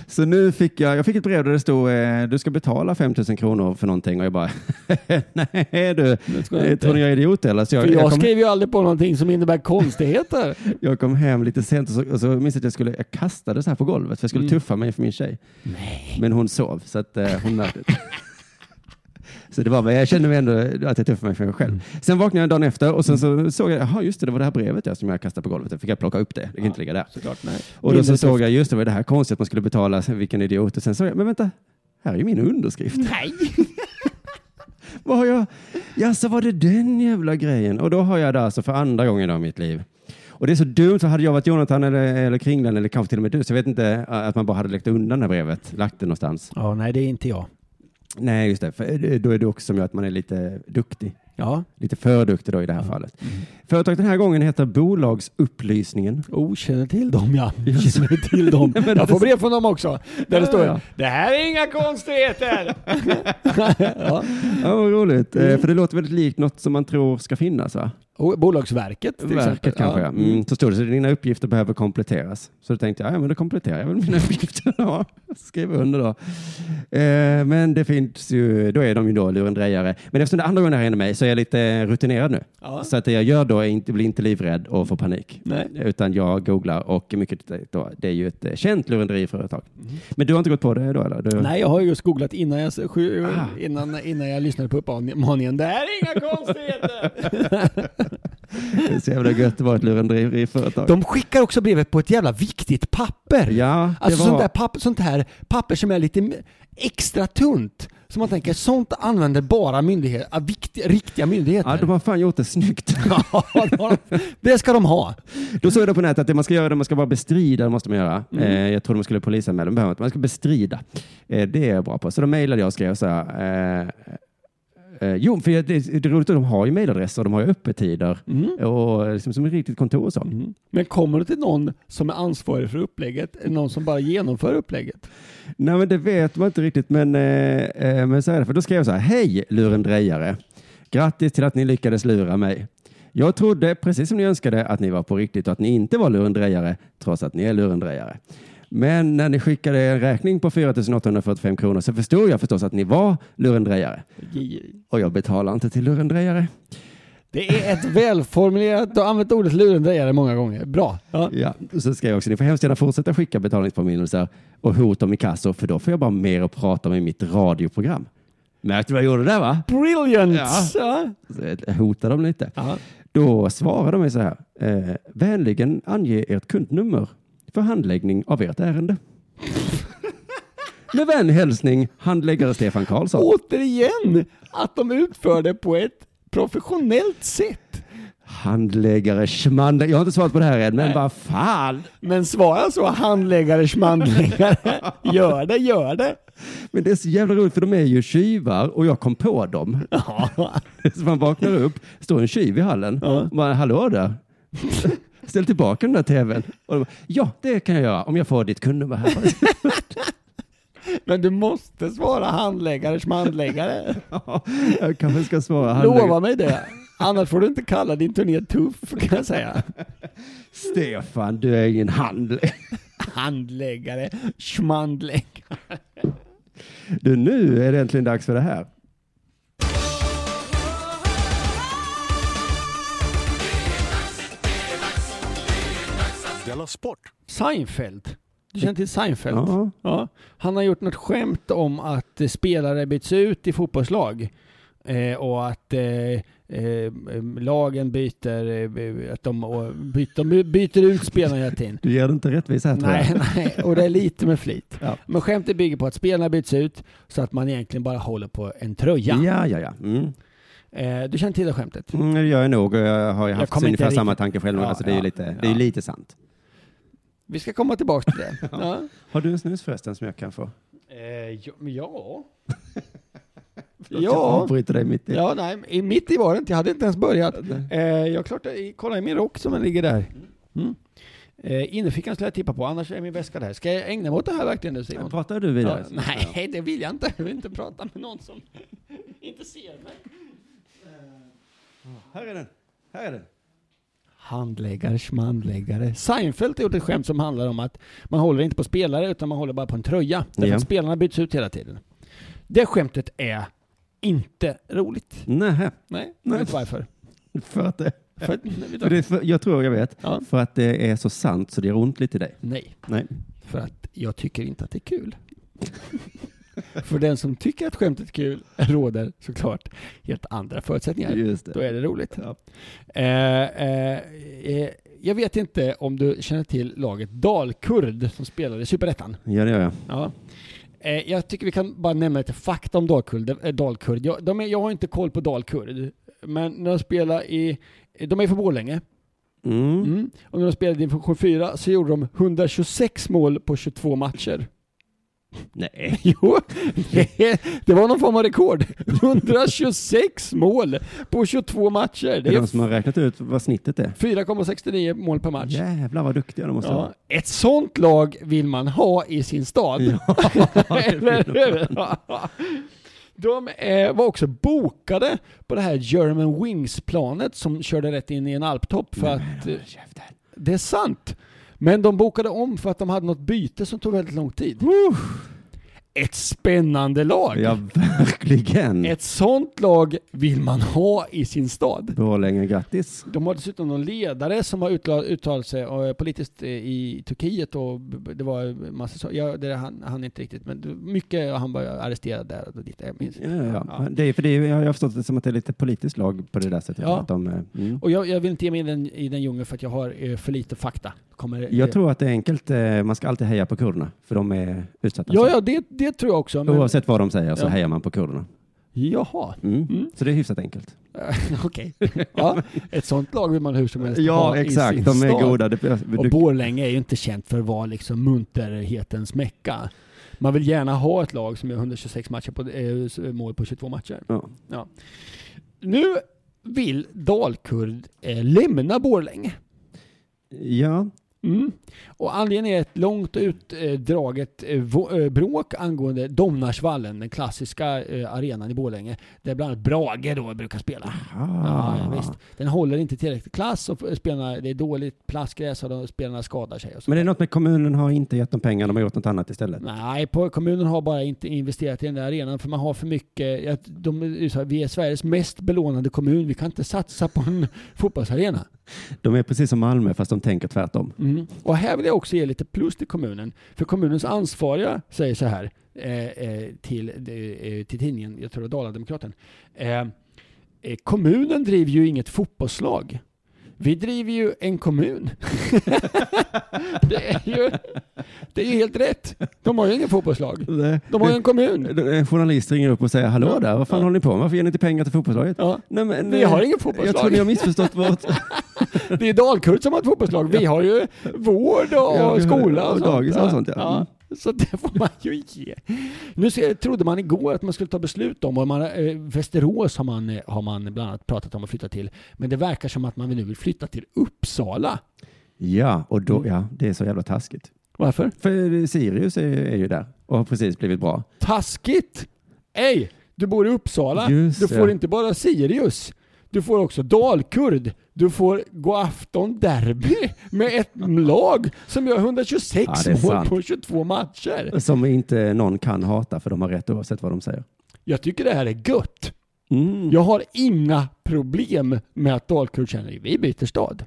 Speaker 1: Så nu fick jag, jag fick ett brev där det stod, eh, du ska betala 5 000 kronor för någonting och jag bara, nej du,
Speaker 3: Det ska jag
Speaker 1: jag
Speaker 3: inte.
Speaker 1: tror ni jag är idiot eller? Så jag,
Speaker 3: För
Speaker 1: jag,
Speaker 3: jag
Speaker 1: kom,
Speaker 3: skriver ju aldrig på någonting som innebär konstigheter.
Speaker 1: jag kom hem lite sent och så, och så minns jag att jag skulle, jag kastade så här på golvet för jag
Speaker 3: Mm.
Speaker 1: skulle tuffa mig för min tjej. Men hon sov så att eh, hon märkte det. Så det var, men jag kände mig ändå att jag tuffade mig för mig
Speaker 3: Mm.
Speaker 1: själv. Sen vaknade jag dagen efter och sen så såg jag, jaha just det, det var det här brevet ja, som jag kastade på golvet. Då fick jag plocka upp det, det kan inte ligga där.
Speaker 3: Såklart, nej.
Speaker 1: Och då
Speaker 3: Mindre
Speaker 1: så såg jag, just det, var det här konstigt att man skulle betala, vilken idiot. Och sen såg jag, men vänta, här är ju min underskrift.
Speaker 3: Nej!
Speaker 1: Vad har jag? Ja, så var det den jävla grejen. Och då har jag det alltså för andra gången i mitt liv. Och det är så dumt, för hade jag varit Jonathan eller, eller Kringlan eller kanske till och med du, så jag vet inte äh, att man bara hade läckt undan det här brevet, lagt det någonstans.
Speaker 3: Ja, nej, det är inte jag.
Speaker 1: Nej, just det, för eh, då är det också som jag, att man är lite duktig.
Speaker 3: Ja.
Speaker 1: Lite för duktig då i det här fallet. Företaget den här gången heter Bolagsupplysningen.
Speaker 3: Oh, känner till dem ja. Känner till dem. Jag får brev från dem också. Där det står
Speaker 1: Ja.
Speaker 3: Det här är inga konstigheter! ja.
Speaker 1: Ja, vad roligt. Eh, För det låter väldigt likt något som man tror ska finnas, va?
Speaker 3: Och Bolagsverket till exempel.
Speaker 1: Verket kanske, ja. Mm, så stod det, så dina uppgifter behöver kompletteras. Så då tänkte jag, ja men då kompletterar jag väl mina uppgifter. Ja, Skriv under då. Eh, men det finns ju, då är de ju då lurendrejare. Men eftersom det är andra gången det här händer mig så är jag lite rutinerad nu.
Speaker 3: Ja.
Speaker 1: Så att det jag gör då är inte, blir inte livrädd och får panik.
Speaker 3: Nej.
Speaker 1: Utan jag googlar och mycket då, det är ju ett eh, känt lurendrejföretag. Men du har inte gått på det då eller? Du,
Speaker 3: Mm. Nej, jag har ju just googlat innan jag, sju-
Speaker 1: Ah.
Speaker 3: innan, innan jag lyssnade på uppmaningen. Det här är inga konstigheter!
Speaker 1: Det är så jävla gött att vara ett lurendrejföretag.
Speaker 3: De skickar också brevet på ett jävla viktigt papper.
Speaker 1: Ja, det
Speaker 3: Alltså
Speaker 1: var...
Speaker 3: sånt, där papper, sånt här papper som är lite m- extra tunt. Som man tänker, sånt använder bara myndigheter, ja, vikt, riktiga myndigheter.
Speaker 1: Ja, de har fan gjort det snyggt.
Speaker 3: Ja, det har de. det ska de ha.
Speaker 1: Då såg jag det på nätet att det man ska göra, det man ska bara bestrida, det måste man göra. Eh, jag trodde man skulle polisanmäla, men behöver man inte. Man ska bestrida. Eh, det är jag bra på. Så då mejlade jag och skrev så här. Eh, eh, jo, för det, det är roligt att de har ju mejladresser, de har ju öppettider och liksom, som ett riktigt kontor och så.
Speaker 3: Mm. Men kommer det till någon som är ansvarig för upplägget, eller någon som bara genomför upplägget?
Speaker 1: Nej, men det vet man inte riktigt, men, eh, eh, men så är det. För då skrev jag så här. Hej lurendrejare! Grattis till att ni lyckades lura mig. Jag trodde, precis som ni önskade, att ni var på riktigt och att ni inte var lurendrejare, trots att ni är lurendrejare. Men när ni skickade en räkning på 4 845 kronor så förstod jag förstås att ni var lurendrejare. Och jag betalar inte till lurendrejare.
Speaker 3: Det är ett välformulerat, du har använt ordet lurendrejare många gånger. Bra. Ja.
Speaker 1: Ja, och så skrev jag också, ni får hemskt gärna fortsätta skicka betalningspåminnelser och hot om inkasso, för då får jag bara mer att prata om i mitt radioprogram. Märkte du vad jag gjorde där va?
Speaker 3: Brilliant!
Speaker 1: Ja.
Speaker 3: Ja.
Speaker 1: hota dem eh, lite.
Speaker 3: Ja.
Speaker 1: Då svarar de mig så här. Eh, vänligen ange ert kundnummer för handläggning av ert ärende. Med vän hälsning handläggare Stefan Karlsson.
Speaker 3: Återigen, att de utför det på ett professionellt sätt.
Speaker 1: Handläggare Schmander. Jag har inte svarat på det här än, men vad fan.
Speaker 3: Men svara så, handläggare, schmandläggare. Gör det, gör det.
Speaker 1: Men det är så jävla roligt för de är ju tjuvar och jag kom på dem.
Speaker 3: Ja.
Speaker 1: Så man vaknar upp, står en tjuv i hallen.
Speaker 3: Ja.
Speaker 1: Man, Hallå där. Ställ tillbaka den där tvn. Och de bara, ja, det kan jag göra om jag får ditt kundnummer här.
Speaker 3: Men du måste svara handläggare, schmandläggare.
Speaker 1: Ja, jag kanske ska svara. handläggare.
Speaker 3: Lova mig det. Annars får du inte kalla din turné tuff, kan jag säga.
Speaker 1: Stefan, du är ingen handläggare.
Speaker 3: Handläggare, schmandläggare.
Speaker 1: Du, nu är det äntligen dags för det här.
Speaker 2: Della Sport!
Speaker 3: Seinfeld. Du känner till Seinfeld?
Speaker 1: Ja.
Speaker 3: Ja, han har gjort något skämt om att eh, spelare byts ut i fotbollslag eh, och att eh, eh, lagen byter, eh, att de, och byter, de byter ut spelarna hela tiden.
Speaker 1: Du ger det inte rättvisa här tror
Speaker 3: Nej,
Speaker 1: jag.
Speaker 3: nej, och det är lite med flit.
Speaker 1: Ja.
Speaker 3: Men skämtet bygger på att spelarna byts ut så att man egentligen bara håller på en tröja.
Speaker 1: Ja, ja, ja. Mm.
Speaker 3: Eh, du känner till det skämtet?
Speaker 1: Mm, det gör jag nog. och Jag har ju
Speaker 3: Jag
Speaker 1: haft
Speaker 3: kommer inte
Speaker 1: ungefär
Speaker 3: riktigt-
Speaker 1: samma tanke själv.
Speaker 3: Ja,
Speaker 1: alltså, det är ju
Speaker 3: ja,
Speaker 1: lite, det är ju
Speaker 3: ja.
Speaker 1: lite sant.
Speaker 3: Vi ska komma tillbaka till det. ja.
Speaker 1: Har du en snus förresten som jag kan få?
Speaker 3: Eh, ja.
Speaker 1: Förlåt, Jag avbryter dig mitt i.
Speaker 3: Ja, nej, i- mitt i var det inte. Jag hade inte ens börjat. Eh, jag klart, kolla i min rock som den ligger där. Mm. Eh, innerfickan skulle jag tippa på, annars är min väska där. Ska jag ägna mig åt det här verkligen nu Simon?
Speaker 1: Pratar du
Speaker 3: Ja,
Speaker 1: vidare?
Speaker 3: nej, det vill jag inte. Jag vill inte prata med någon som inte ser mig.
Speaker 1: Här är den. Här är den.
Speaker 3: Handläggare, schmandläggare. Seinfeld har gjort ett skämt som handlar om att man håller inte på spelare utan man håller bara på en tröja. Därför
Speaker 1: Ja.
Speaker 3: att spelarna byts ut hela tiden. Det skämtet är inte roligt.
Speaker 1: Nej,
Speaker 3: Nej, jag
Speaker 1: Nej.
Speaker 3: vet inte varför.
Speaker 1: för att det,
Speaker 3: För, att- vet
Speaker 1: för
Speaker 3: du-
Speaker 1: det, för, jag tror jag vet.
Speaker 3: Ja.
Speaker 1: För att det är så sant så det gör ont lite i dig.
Speaker 3: Nej,
Speaker 1: Nej.
Speaker 3: för att jag tycker inte att det är kul. för den som tycker att skämtet är kul råder såklart helt andra förutsättningar.
Speaker 1: Just
Speaker 3: Då
Speaker 1: det.
Speaker 3: är det roligt.
Speaker 1: Ja.
Speaker 3: Eh, eh, eh, jag vet inte om du känner till laget Dalkurd som spelade i Superettan.
Speaker 1: Ja, det gör jag.
Speaker 3: Ja. Eh, jag tycker vi kan bara nämna lite fakta om Dalkurd. eh, Dalkurd. Jag, de är, jag har inte koll på Dalkurd, men när de spelar i... De är från Borlänge.
Speaker 1: Mm.
Speaker 3: Mm. Och när de spelade i division 4 så gjorde de 126 mål på 22 matcher.
Speaker 1: Nej.
Speaker 3: Jo, det, det var någon form av rekord. 126 mål på 22 matcher.
Speaker 1: Det är
Speaker 3: Det är
Speaker 1: de som har räknat ut vad snittet är.
Speaker 3: 4,69 mål per match.
Speaker 1: Jävlar vad duktiga de måste
Speaker 3: Ja,
Speaker 1: vara.
Speaker 3: ett sånt lag vill man ha i sin stad. Eller hur? De eh, var också bokade på det här German Wings-planet som körde rätt in i en alptopp för att... eh, Det är sant. Men de bokade om för att de hade något byte som tog väldigt lång tid. Ett spännande lag!
Speaker 1: Ja, verkligen.
Speaker 3: Ett sånt lag vill man ha i sin stad.
Speaker 1: Borlänge, grattis.
Speaker 3: De har dessutom någon ledare som har uttalat, uttalat sig eh, politiskt eh, i Turkiet och b- b- det var en massa saker. Ja, det han, han inte riktigt, men det var mycket och han var arresterad där och dit. Jag minns.
Speaker 1: Ja, ja. ja. Det är, för det är, jag har förstått det som att det är lite politiskt lag på det där sättet.
Speaker 3: Ja.
Speaker 1: Att de, eh, mm.
Speaker 3: Och jag, jag vill inte ge mig in i den, i den djungeln för att jag har eh, för lite fakta. Kommer,
Speaker 1: Jag
Speaker 3: det-
Speaker 1: tror att det är enkelt. eh, Man ska alltid heja på kurderna, för de är utsatta.
Speaker 3: Ja, ja, det, det tror jag också. Men,
Speaker 1: Oavsett vad de säger så
Speaker 3: Ja.
Speaker 1: hejar man på kurderna.
Speaker 3: Jaha,
Speaker 1: Mm.
Speaker 3: Mm.
Speaker 1: Så det är hyfsat enkelt.
Speaker 3: okej. Ja, ett sånt lag vill man hur som helst ha i sin
Speaker 1: De är
Speaker 3: stad.
Speaker 1: goda. Det,
Speaker 3: Och
Speaker 1: du,
Speaker 3: Borlänge är ju inte känt för att vara liksom munterhetens mecka. Man vill gärna ha ett lag som gör 126 matcher på, eh, mål på 22 matcher.
Speaker 1: ja.
Speaker 3: Nu vill Dalkurd eh, lämna Borlänge.
Speaker 1: ja,
Speaker 3: Mm. Och anledningen är ett långt och utdraget eh, vå- eh, bråk angående Domnarsvallen, den klassiska eh, arenan i Borlänge, där bland annat Brage då brukar spela. Ah, Ja,
Speaker 1: Ah.
Speaker 3: ja, visst. Den håller inte tillräckligt klass och f- spelarna, det är dåligt plastgräs och de, spelarna skadar sig. Och så.
Speaker 1: Men det är något med kommunen har inte gett dem pengar. De har gjort något annat istället.
Speaker 3: Nej, på, kommunen har bara inte investerat i den där arenan för man har för mycket. Att de, är ju så här, vi är Sveriges mest belånade kommun. Vi kan inte satsa på en fotbollsarena.
Speaker 1: De är precis som Malmö, fast de tänker tvärtom.
Speaker 3: Mm. Och här vill jag också ge lite plus till kommunen. För kommunens ansvariga säger så här eh, eh, till, eh, till tidningen, jag tror det var Dala-Demokraten. Eh, eh, kommunen driver ju inget fotbollslag. Vi driver ju en kommun. det, är ju, det är ju helt rätt. De har ju ingen fotbollslag. De har ju en kommun.
Speaker 1: En journalist ringer upp och säger hallå
Speaker 3: Ja.
Speaker 1: där, vad fan
Speaker 3: Ja.
Speaker 1: håller ni på med? Varför ger ni inte pengar till fotbollslaget?
Speaker 3: Ja.
Speaker 1: Nej, men,
Speaker 3: Vi
Speaker 1: eh,
Speaker 3: har ingen
Speaker 1: Jag tror
Speaker 3: fotbollslag.
Speaker 1: ni har missförstått vårt...
Speaker 3: Det är Dalkurd som har ett fotbollslag. Vi har ju vård och
Speaker 1: Ja, vi har-
Speaker 3: skola och,
Speaker 1: och
Speaker 3: sånt.
Speaker 1: dagis och sånt, ja. Mm.
Speaker 3: Så det får man ju ge. Nu ser, trodde man igår att man skulle ta beslut om, och man, eh, Västerås har man, eh, har man bland annat pratat om att flytta till, men det verkar som att man nu vill flytta till Uppsala.
Speaker 1: Ja, och då, ja, det är så jävla taskigt.
Speaker 3: Varför?
Speaker 1: För eh, Sirius är, är ju där och har precis blivit bra.
Speaker 3: Taskigt! Ej, du bor i Uppsala.
Speaker 1: Just
Speaker 3: du
Speaker 1: det.
Speaker 3: får inte bara Sirius. Du får också Dalkurd. Du får gå afton derby med ett lag som gör 126
Speaker 1: Ja, det är
Speaker 3: mål
Speaker 1: sant.
Speaker 3: på 22 matcher.
Speaker 1: Som inte någon kan hata för de har rätt oavsett vad de säger.
Speaker 3: Jag tycker det här är gött.
Speaker 1: Mm.
Speaker 3: Jag har inga problem med att Dalkurd känner att vi byter stad.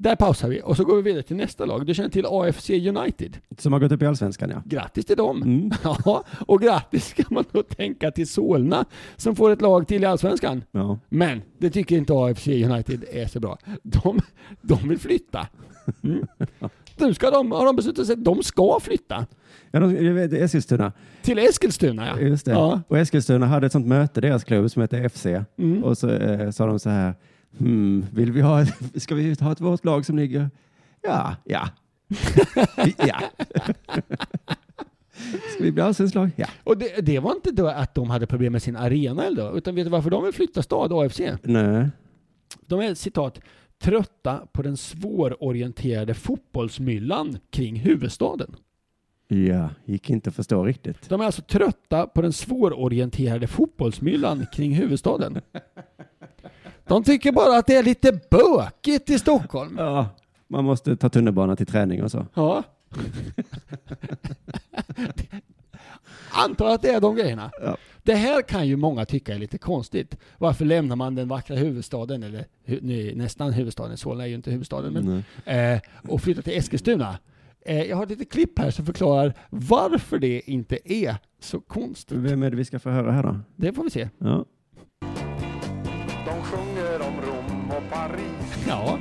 Speaker 3: Där pausar vi och så går vi vidare till nästa lag. Du känner till AFC United.
Speaker 1: Som har gått upp i allsvenskan ja.
Speaker 3: Grattis till dem.
Speaker 1: Mm.
Speaker 3: Ja, och grattis kan man då tänka till Solna som får ett lag till i Allsvenskan.
Speaker 1: ja.
Speaker 3: Men det tycker inte AFC United är så bra. De, de vill flytta. Mm. Nu ska de, har de beslutat sig att de ska flytta.
Speaker 1: ja de, jag vet, Eskilstuna,
Speaker 3: Till Eskilstuna ja.
Speaker 1: just det.
Speaker 3: Ja.
Speaker 1: Och Eskilstuna hade ett sånt möte, deras klubb som heter FC.
Speaker 3: Mm.
Speaker 1: Och så eh, sa de så här, hmm, vill vi ha, ett- ska vi ha ett vårt lag som ligger? Ja, ja. ja. ska vi bli allsvenskt lag? Ja.
Speaker 3: Och det, det var inte då att de hade problem med sin arena eller då, utan vet du varför de vill flytta stad, AFC?
Speaker 1: Nej.
Speaker 3: De är citat trötta på den svårorienterade fotbollsmyllan kring huvudstaden.
Speaker 1: Ja, gick inte att förstå riktigt.
Speaker 3: De är alltså trötta på den svårorienterade fotbollsmyllan kring huvudstaden. De tycker bara att det är lite bökigt i Stockholm.
Speaker 1: Ja, man måste ta tunnelbana till träning och så.
Speaker 3: Ja. Antar att det är de grejerna.
Speaker 1: Ja.
Speaker 3: Det här kan ju många tycka är lite konstigt. Varför lämnar man den vackra huvudstaden, eller hu- nu, nästan huvudstaden, Solna är ju inte huvudstaden, men
Speaker 1: Nej.
Speaker 3: eh, och flytta till Eskilstuna. Eh, jag har ett litet klipp här som förklarar varför det inte är så konstigt.
Speaker 1: Vem är det vi ska få höra här då?
Speaker 3: Det får vi se.
Speaker 1: Ja.
Speaker 5: De sjunger om Rom och Paris
Speaker 3: Ja,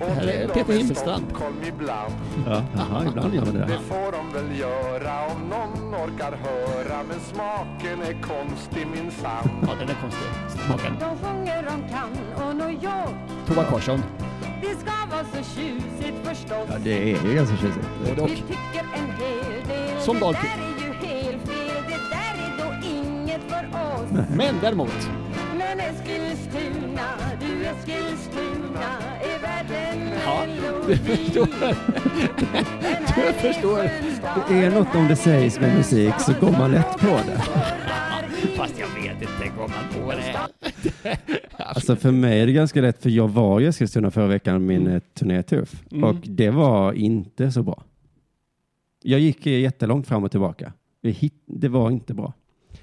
Speaker 5: och
Speaker 3: här är
Speaker 5: till och
Speaker 3: Peter
Speaker 5: med
Speaker 3: Himmelstrand.
Speaker 5: Stockholm ibland.
Speaker 1: ja. Jaha, ibland gör man det.
Speaker 5: Det får de väl göra om någon orkar höra men smaken är konstig minsann.
Speaker 3: ja den är konstig. Smaken.
Speaker 6: De sjunger om Cannes och New York.
Speaker 3: Tova Karlsson.
Speaker 6: Det ska vara så tjusigt förstås.
Speaker 1: Ja, det är ju ganska tjusigt.
Speaker 3: Både och.
Speaker 6: Vi tycker en hel del.
Speaker 3: Som
Speaker 6: det
Speaker 3: Dahlqvist.
Speaker 6: där är ju helt fel. Det där är då inget för oss.
Speaker 3: Men däremot,
Speaker 6: Men Eskilstuna, du Eskilstuna, är värd en
Speaker 3: ja, du
Speaker 6: melodi.
Speaker 3: förstår.
Speaker 6: Den
Speaker 3: du
Speaker 6: här är
Speaker 3: förstår.
Speaker 6: skön stad.
Speaker 1: Det är något om det sägs med musik så går man lätt på det.
Speaker 3: Fast jag vet inte, går man på det här?
Speaker 1: Alltså för mig är det ganska lätt, för jag var i Eskilstuna förra veckan, min
Speaker 3: Mm.
Speaker 1: eh, turné Tuff, och det var inte så bra. Jag gick eh, jättelångt fram och tillbaka. Det hit- Det var inte bra.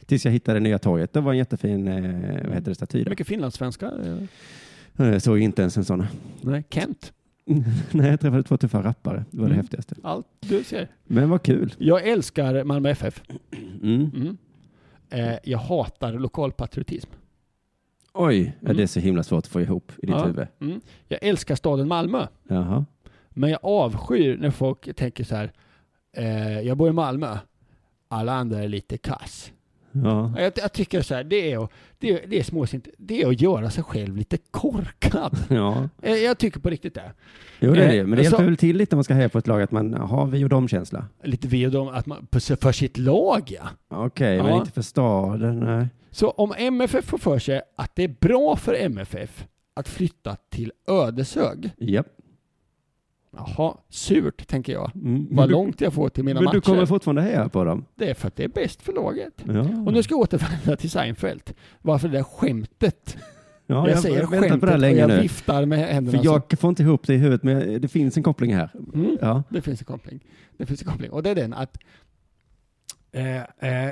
Speaker 1: Tills jag hittade Nya Torget. Det var en jättefin eh, vad heter det, staty. där.
Speaker 3: Mycket finlandssvenska. eh,
Speaker 1: Jag såg inte ens en sån.
Speaker 3: Nej, Kent.
Speaker 1: Nej, jag träffade två tuffa rappare. Det var det
Speaker 3: Mm.
Speaker 1: häftigaste.
Speaker 3: Allt du ser.
Speaker 1: Men vad kul.
Speaker 3: Jag älskar Malmö FF.
Speaker 1: Mm.
Speaker 3: Mm. Eh, jag hatar lokalpatriotism.
Speaker 1: Oj, ja,
Speaker 3: Mm.
Speaker 1: det är så himla svårt att få ihop i ditt
Speaker 3: Ja.
Speaker 1: huvud.
Speaker 3: Mm. Jag älskar staden Malmö.
Speaker 1: Jaha.
Speaker 3: Men jag avskyr när folk tänker så här. Eh, jag bor i Malmö. Alla andra är lite kass.
Speaker 1: Ja.
Speaker 3: Ja, Jag, jag tycker så här, det är, att- det, är- det är småsint. Det är att göra sig själv lite korkad.
Speaker 1: ja.
Speaker 3: Eh, jag tycker på riktigt det.
Speaker 1: Jo, det är det.
Speaker 3: Eh,
Speaker 1: Men det hjälper
Speaker 3: så-
Speaker 1: väl till lite om man ska heja på ett lag, att man har vi och dem-känsla.
Speaker 3: Lite vi och dem, att man, för sitt lag ja.
Speaker 1: Okej,
Speaker 3: Ja.
Speaker 1: men inte för staden. Nej.
Speaker 3: Så om MFF får för sig att det är bra för MFF att flytta till Ödeshög.
Speaker 1: Japp.
Speaker 3: Jaha, surt tänker jag.
Speaker 1: Mm.
Speaker 3: Vad långt jag får till mina
Speaker 1: Men
Speaker 3: matcher.
Speaker 1: du kommer fortfarande heja på dem?
Speaker 3: Det är för att det är bäst för laget.
Speaker 1: Ja.
Speaker 3: Och nu ska jag återvända till Seinfeld. Varför det där skämtet?
Speaker 1: ja,
Speaker 3: jag säger
Speaker 1: väntar
Speaker 3: skämtet
Speaker 1: på det här
Speaker 3: och
Speaker 1: länge
Speaker 3: jag
Speaker 1: nu.
Speaker 3: viftar med händerna.
Speaker 1: För jag får inte ihop det i huvudet, men det finns en koppling här.
Speaker 3: så. Mm.
Speaker 1: Ja.
Speaker 3: Det finns en koppling. Det finns en koppling. Och det är den att eh, eh, eh,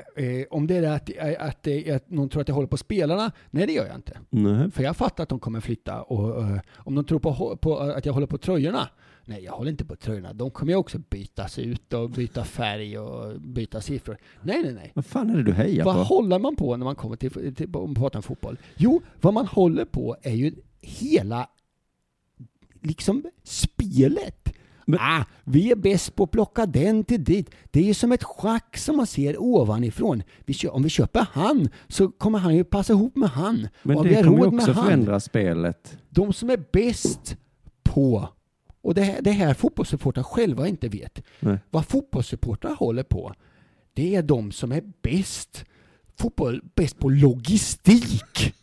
Speaker 3: om det är det att, eh, att, eh, att någon tror att jag håller på spelarna, nej det gör jag inte.
Speaker 1: Nej.
Speaker 3: För jag fattar att de kommer flytta och eh, om de tror på, på att jag håller på tröjorna, nej jag håller inte på tröjorna, de kommer ju också bytas ut och byta färg och byta siffror. Nej, nej, nej.
Speaker 1: Vad fan är det du hejar
Speaker 3: Vad
Speaker 1: på?
Speaker 3: håller man på när man kommer till, till om man pratar om fotboll? Jo, vad man håller på är ju hela liksom spelet.
Speaker 1: Men-
Speaker 3: ah, vi är bäst på att plocka den till dit. Det är ju som ett schack som man ser ovanifrån. Vi kö- om vi köper han så kommer han ju passa ihop med han.
Speaker 1: Men
Speaker 3: och om vi
Speaker 1: det
Speaker 3: har
Speaker 1: kommer ju
Speaker 3: råd med
Speaker 1: också
Speaker 3: han,
Speaker 1: förändra spelet.
Speaker 3: de som är bäst på, och det här, det här fotbollssupportrar själva inte vet,
Speaker 1: Nej.
Speaker 3: vad fotbollssupportrar håller på, det är de som är bäst fotboll, bäst på logistik.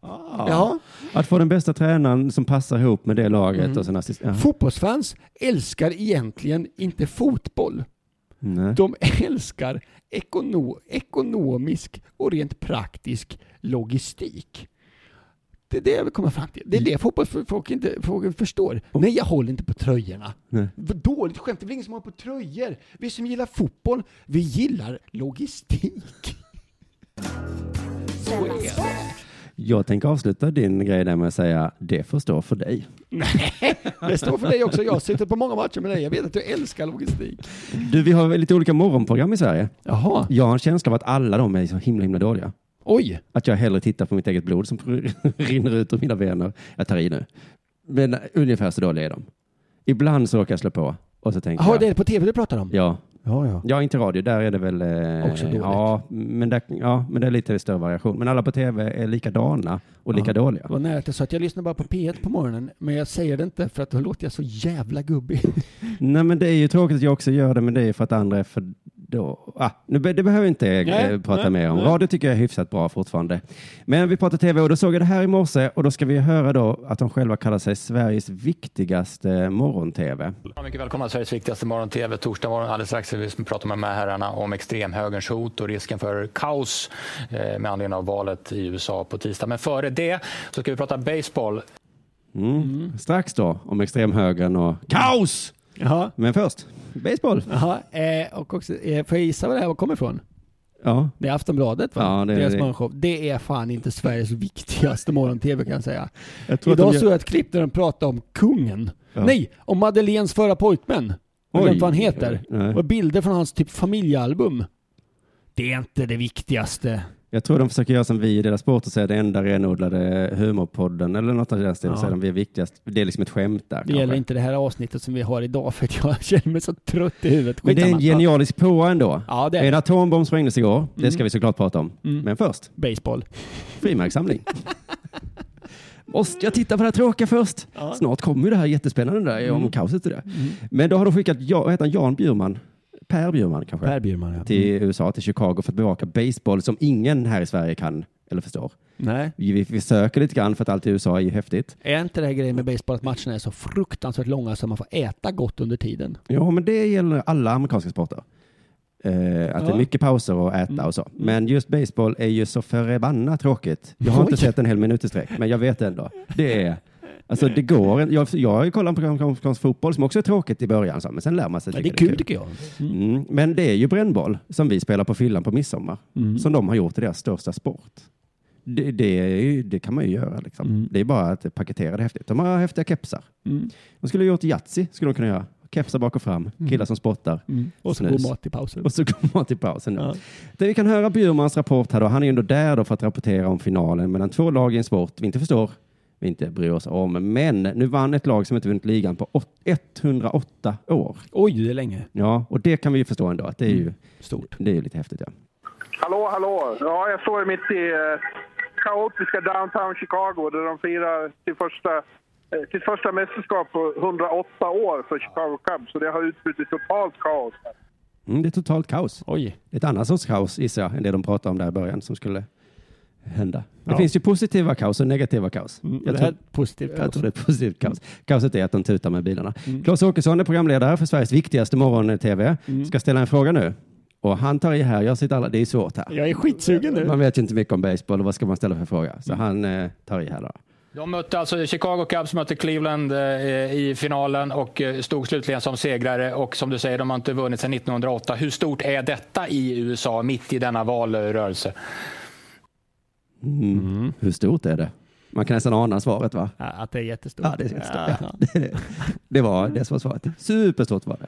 Speaker 3: Ja.
Speaker 1: Att få den bästa tränaren som passar ihop med det laget
Speaker 3: Mm.
Speaker 1: och sen assist... Ja.
Speaker 3: Fotbollsfans älskar egentligen inte fotboll.
Speaker 1: Nej.
Speaker 3: De älskar ekono, ekonomisk och rent praktisk logistik. Det är det vi kommer fram till. Det är det fotbollsfolk inte folk förstår. Nej, jag håller inte på tröjorna.
Speaker 1: Nej.
Speaker 3: Vad dåligt skämt. Det är väl ingen som håller på tröjor? Vi som gillar fotboll, vi gillar logistik. Så är det.
Speaker 1: Jag tänker avsluta din grej där med att säga det får stå för dig.
Speaker 3: Det står för dig också. Jag har suttit på många matcher med dig. Jag vet att du älskar logistik.
Speaker 1: Du, vi har väl lite olika morgonprogram i Sverige.
Speaker 3: Jaha.
Speaker 1: Jag har en känsla av att alla de är så himla, himla dåliga.
Speaker 3: Oj.
Speaker 1: att jag hellre tittar på mitt eget blod som rinner ut ur mina vener. Jag tar i nu. Men ungefär så dåliga är de. Ibland så råkar jag slå på och så tänker
Speaker 3: Jaha,
Speaker 1: jag.
Speaker 3: det är på tv du pratar om?
Speaker 1: Ja,
Speaker 3: Ja, ja.
Speaker 1: ja, inte radio. Där är det väl... Eh,
Speaker 3: Också dåligt.
Speaker 1: Ja men, där, ja, men det är lite större variation. Men alla på tv är likadana och lika dåliga.
Speaker 3: Det var nära att jag sa att jag lyssnar bara på P1 på morgonen, men jag säger det inte för att då låter jag så jävla gubbig.
Speaker 1: Nej, men det är ju tråkigt att jag också gör det, men det är för att andra är för Då, ah, nu, be- det behöver vi inte
Speaker 3: Nej,
Speaker 1: eh, prata
Speaker 3: nej,
Speaker 1: mer om.
Speaker 3: nej.
Speaker 1: Radio tycker jag är hyfsat bra fortfarande. Men vi pratar tv och då såg jag det här i morse och då ska vi höra då att de själva kallar sig Sveriges viktigaste morgon-tv.
Speaker 7: Ja, mycket välkomna till Sveriges viktigaste morgon-tv. Torsdag morgon alldeles strax vill vi prata med de här herrarna om extremhögerns hot och risken för kaos eh, med anledning av valet i USA på tisdag. Men före det så ska vi prata baseball.
Speaker 1: Mm. Strax då om extremhögern och kaos!
Speaker 3: Jaha.
Speaker 1: Men först, baseball.
Speaker 3: Jaha. Eh, och också, eh, får jag gissa var det här kommer ifrån?
Speaker 1: Ja,
Speaker 3: Det är Aftonbladet va?
Speaker 1: Ja, det är
Speaker 3: Deras
Speaker 1: det.
Speaker 3: morgonshow. Det är fan inte Sveriges viktigaste morgon-tv kan jag säga.
Speaker 1: jag tror att
Speaker 3: Idag
Speaker 1: de gör-
Speaker 3: såg jag ett klipp där de pratade om kungen.
Speaker 1: Ja.
Speaker 3: Nej, om Madeleines förra pojkvän. Jag har
Speaker 1: Oj.
Speaker 3: glömt vad han heter.
Speaker 1: Nej.
Speaker 3: Och bilder från hans typ familjealbum. Det är inte det viktigaste.
Speaker 1: Jag tror de försöker göra som vi i deras sport och säga det enda renodlade humorpodden eller något av den stilen.
Speaker 3: Ja.
Speaker 1: Säger de vi är viktigast. Det är liksom ett skämt där.
Speaker 3: Det gäller inte det här avsnittet som vi har idag för att jag känner mig så trött i huvudet.
Speaker 1: Men det är en
Speaker 3: Skitsamma.
Speaker 1: genialisk påa ändå.
Speaker 3: Ja, det är
Speaker 1: En
Speaker 3: det.
Speaker 1: atombomb sprängdes igår. Det ska vi såklart prata om.
Speaker 3: Mm.
Speaker 1: Men först,
Speaker 3: baseball.
Speaker 1: frimärkssamling. Måste jag titta på det här tråkiga först?
Speaker 3: Ja. Mm.
Speaker 1: Snart kommer ju det här jättespännande där om kaoset och det. Men då har de skickat, ja- vad heter han, Jan Bjurman? Per Bjurman kanske?
Speaker 3: Per Bjurman ja. Mm.
Speaker 1: Till USA, till Chicago för att bevaka baseball som ingen här i Sverige kan eller förstår.
Speaker 3: Nej.
Speaker 1: Vi vi försöker lite grann för att allt i USA är ju häftigt.
Speaker 3: Är inte det här grejen med baseball att matcherna är så fruktansvärt långa så man får äta gott under tiden?
Speaker 1: Ja, men det gäller alla amerikanska sporter. Eh, att det
Speaker 3: Ja.
Speaker 1: är mycket pauser och äta och så. Men just baseball är ju så förbannat tråkigt. Jag har
Speaker 3: Oj.
Speaker 1: inte sett en hel minut i sträck, men jag vet ändå. Det är... Alltså det går inte. Jag, jag kollar på amerikansk fotboll som också är tråkigt i början, så, men sen lär man sig.
Speaker 3: Men
Speaker 1: att
Speaker 3: det är
Speaker 1: tycka
Speaker 3: kul tycker jag.
Speaker 1: Mm. Men det är ju brännboll som vi spelar på fyllan på midsommar, som de har gjort till deras största sport. Det, det, är ju, det kan man ju göra. Liksom. Det är bara att paketera det häftigt. De har häftiga kepsar. De skulle ha gjort Yatzy, skulle de kunna göra. Kepsar bak och fram, killar som spottar.
Speaker 3: Och så
Speaker 1: Snus.
Speaker 3: god mat i pausen.
Speaker 1: Och så går man till pausen. nu.
Speaker 3: Ja.
Speaker 1: Det vi kan höra Bjurmans rapport här då. Han är ju ändå där då för att rapportera om finalen mellan två lag i en sport vi inte förstår, vi inte bryr oss om. Men nu vann ett lag som inte vunnit ligan på åt- 108 år.
Speaker 3: Oj, det är länge.
Speaker 1: Ja, och det kan vi ju förstå ändå att det är ju
Speaker 3: Stort.
Speaker 1: det är ju lite häftigt. Ja.
Speaker 5: Hallå, hallå! Ja, jag står mitt i eh, kaotiska downtown Chicago där de firar sin första, eh, sitt första mästerskap på 108 år för Chicago Cubs. Så det har utbrutit totalt kaos.
Speaker 1: Mm, det är totalt kaos.
Speaker 3: Oj.
Speaker 1: Ett annat sorts kaos gissar jag än det de pratade om där i början som skulle hända. Det
Speaker 3: Ja.
Speaker 1: finns ju positiva kaos och negativa kaos.
Speaker 3: Jag
Speaker 1: jag,
Speaker 3: det här
Speaker 1: tror,
Speaker 3: är positivt.
Speaker 1: jag tror det är positivt kaos. Kaoset är att de tutar med bilarna. Claes Åkesson är programledare för Sveriges viktigaste morgon-tv. Ska ställa en fråga nu. Och han tar i här, jag sitter alla, det är svårt här.
Speaker 3: Jag är skitsugen nu.
Speaker 1: Man vet ju inte mycket om baseball och vad ska man ställa för fråga? Så han eh, tar i här då.
Speaker 7: De mötte alltså Chicago Cubs mötte Cleveland eh, i finalen och eh, stod slutligen som segrare. Och som du säger, de har inte vunnit sedan 1908. Hur stort är detta i USA mitt i denna valrörelse?
Speaker 1: Mm. Hur stort är det? Man kan nästan ana svaret va?
Speaker 3: Ja, att det är jättestort.
Speaker 1: Ja, det är stort.
Speaker 3: Ja.
Speaker 1: Ja. Det var det som var svaret. Superstort var det.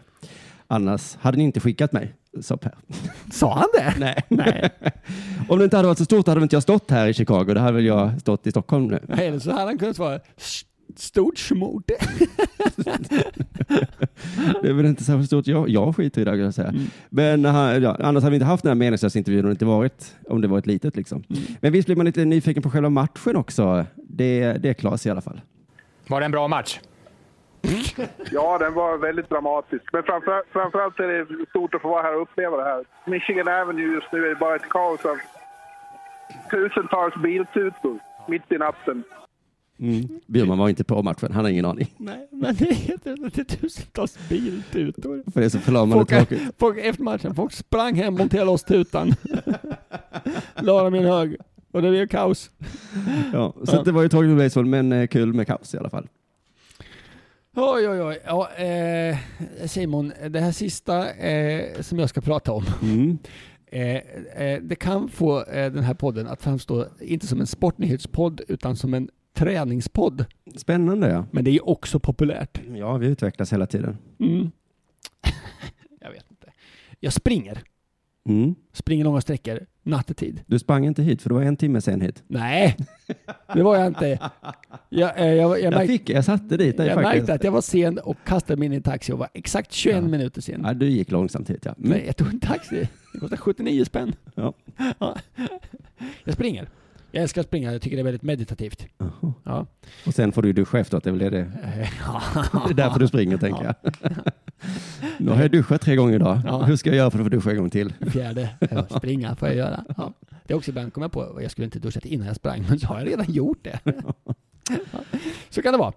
Speaker 1: Annars hade ni inte skickat mig, sa Per.
Speaker 3: Sa han det?
Speaker 1: Nej.
Speaker 3: Nej.
Speaker 1: Om det inte hade varit så stort hade väl inte jag stått här i Chicago. Då hade väl jag stått i Stockholm nu.
Speaker 3: Nej, Eller så hade han kunnat svara "S- stort smorde.
Speaker 1: Det är väl inte särskilt stort. Jag, jag skiter i det, kan jag säga. Men han- ja, annars hade vi inte haft den här meningslösa intervjun om det inte varit, om det varit litet. Liksom. Men visst blir man lite nyfiken på själva matchen också. Det, det är Klas i alla fall.
Speaker 7: Var det en bra match?
Speaker 5: Ja, den var väldigt dramatisk. Men framför, framförallt är det stort att få vara här och uppleva det här. Michigan Avenue just nu är bara ett kaos av tusentals biltutor mitt i natten.
Speaker 1: Bjurman var inte på matchen. Han har ingen aning.
Speaker 3: Nej, men det är jätte- det är tusentals biltutor.
Speaker 1: För det är så förlamande
Speaker 3: Folk,
Speaker 1: tråkigt.
Speaker 3: folk, efter matchen, folk sprang hem och monterade loss tutan. La dem i en hög. Och det blev kaos.
Speaker 1: Ja, så att det var ju tråkigt med baseball, men eh, kul med kaos i alla fall.
Speaker 3: Oj, oj, oj. Ja, eh, Simon, det här sista eh, som jag ska prata om. Eh, eh, det kan få eh, den här podden att framstå, inte som en sportnyhetspodd, utan som en träningspodd.
Speaker 1: Spännande ja.
Speaker 3: Men det är ju också populärt.
Speaker 1: Ja, vi utvecklas hela tiden.
Speaker 3: Mm. jag vet inte. Jag springer.
Speaker 1: Mm.
Speaker 3: Springer långa sträckor nattetid.
Speaker 1: Du sprang inte hit för du var en timme sen hit.
Speaker 3: Nej, det var jag inte. Jag, eh, jag, jag,
Speaker 1: Jag,
Speaker 3: märkte-
Speaker 1: fick, jag satte dit dig
Speaker 3: Jag
Speaker 1: faktiskt.
Speaker 3: märkte att jag var sen och kastade mig in i en taxi och var exakt 21
Speaker 1: Ja.
Speaker 3: minuter sen.
Speaker 1: Ja, du gick långsamt hit ja. Mm.
Speaker 3: Nej, jag tog en taxi. Det kostar 79 spänn.
Speaker 1: Ja.
Speaker 3: Ja. Jag springer. Jag älskar att springa. Jag tycker det är väldigt meditativt.
Speaker 1: Jaha.
Speaker 3: Ja.
Speaker 1: Och sen får du ju duscha efteråt, det är väl det det, det är därför du springer tänker jag. Nu har jag duschat tre gånger idag.
Speaker 3: Ja.
Speaker 1: Hur ska jag göra för att få duscha en gång till?
Speaker 3: Fjärde, Ja, springa får jag göra. Ja. Det är också ibland kommer jag på, jag skulle inte duschat innan jag sprang, men så har jag redan gjort det. Ja. Så kan det vara.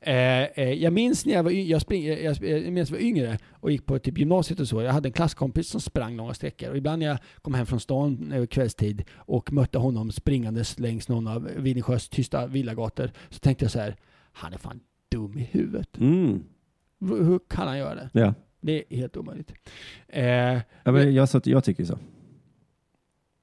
Speaker 3: Eh, eh, jag minns när jag var, y- jag spring, eh, jag, jag, jag minns när jag var yngre och gick på typ gymnasiet och så. Jag hade en klasskompis som sprang långa sträckor och ibland när jag kom hem från stan eh, kvällstid och mötte honom springandes längs någon av Vidensjös tysta villagator så tänkte jag så här, han är fan dum i huvudet.
Speaker 1: Mm.
Speaker 3: Hur, hur kan han göra det?
Speaker 1: Ja.
Speaker 3: Det är helt omöjligt. Eh,
Speaker 1: Ja, men jag, så, jag tycker ju så.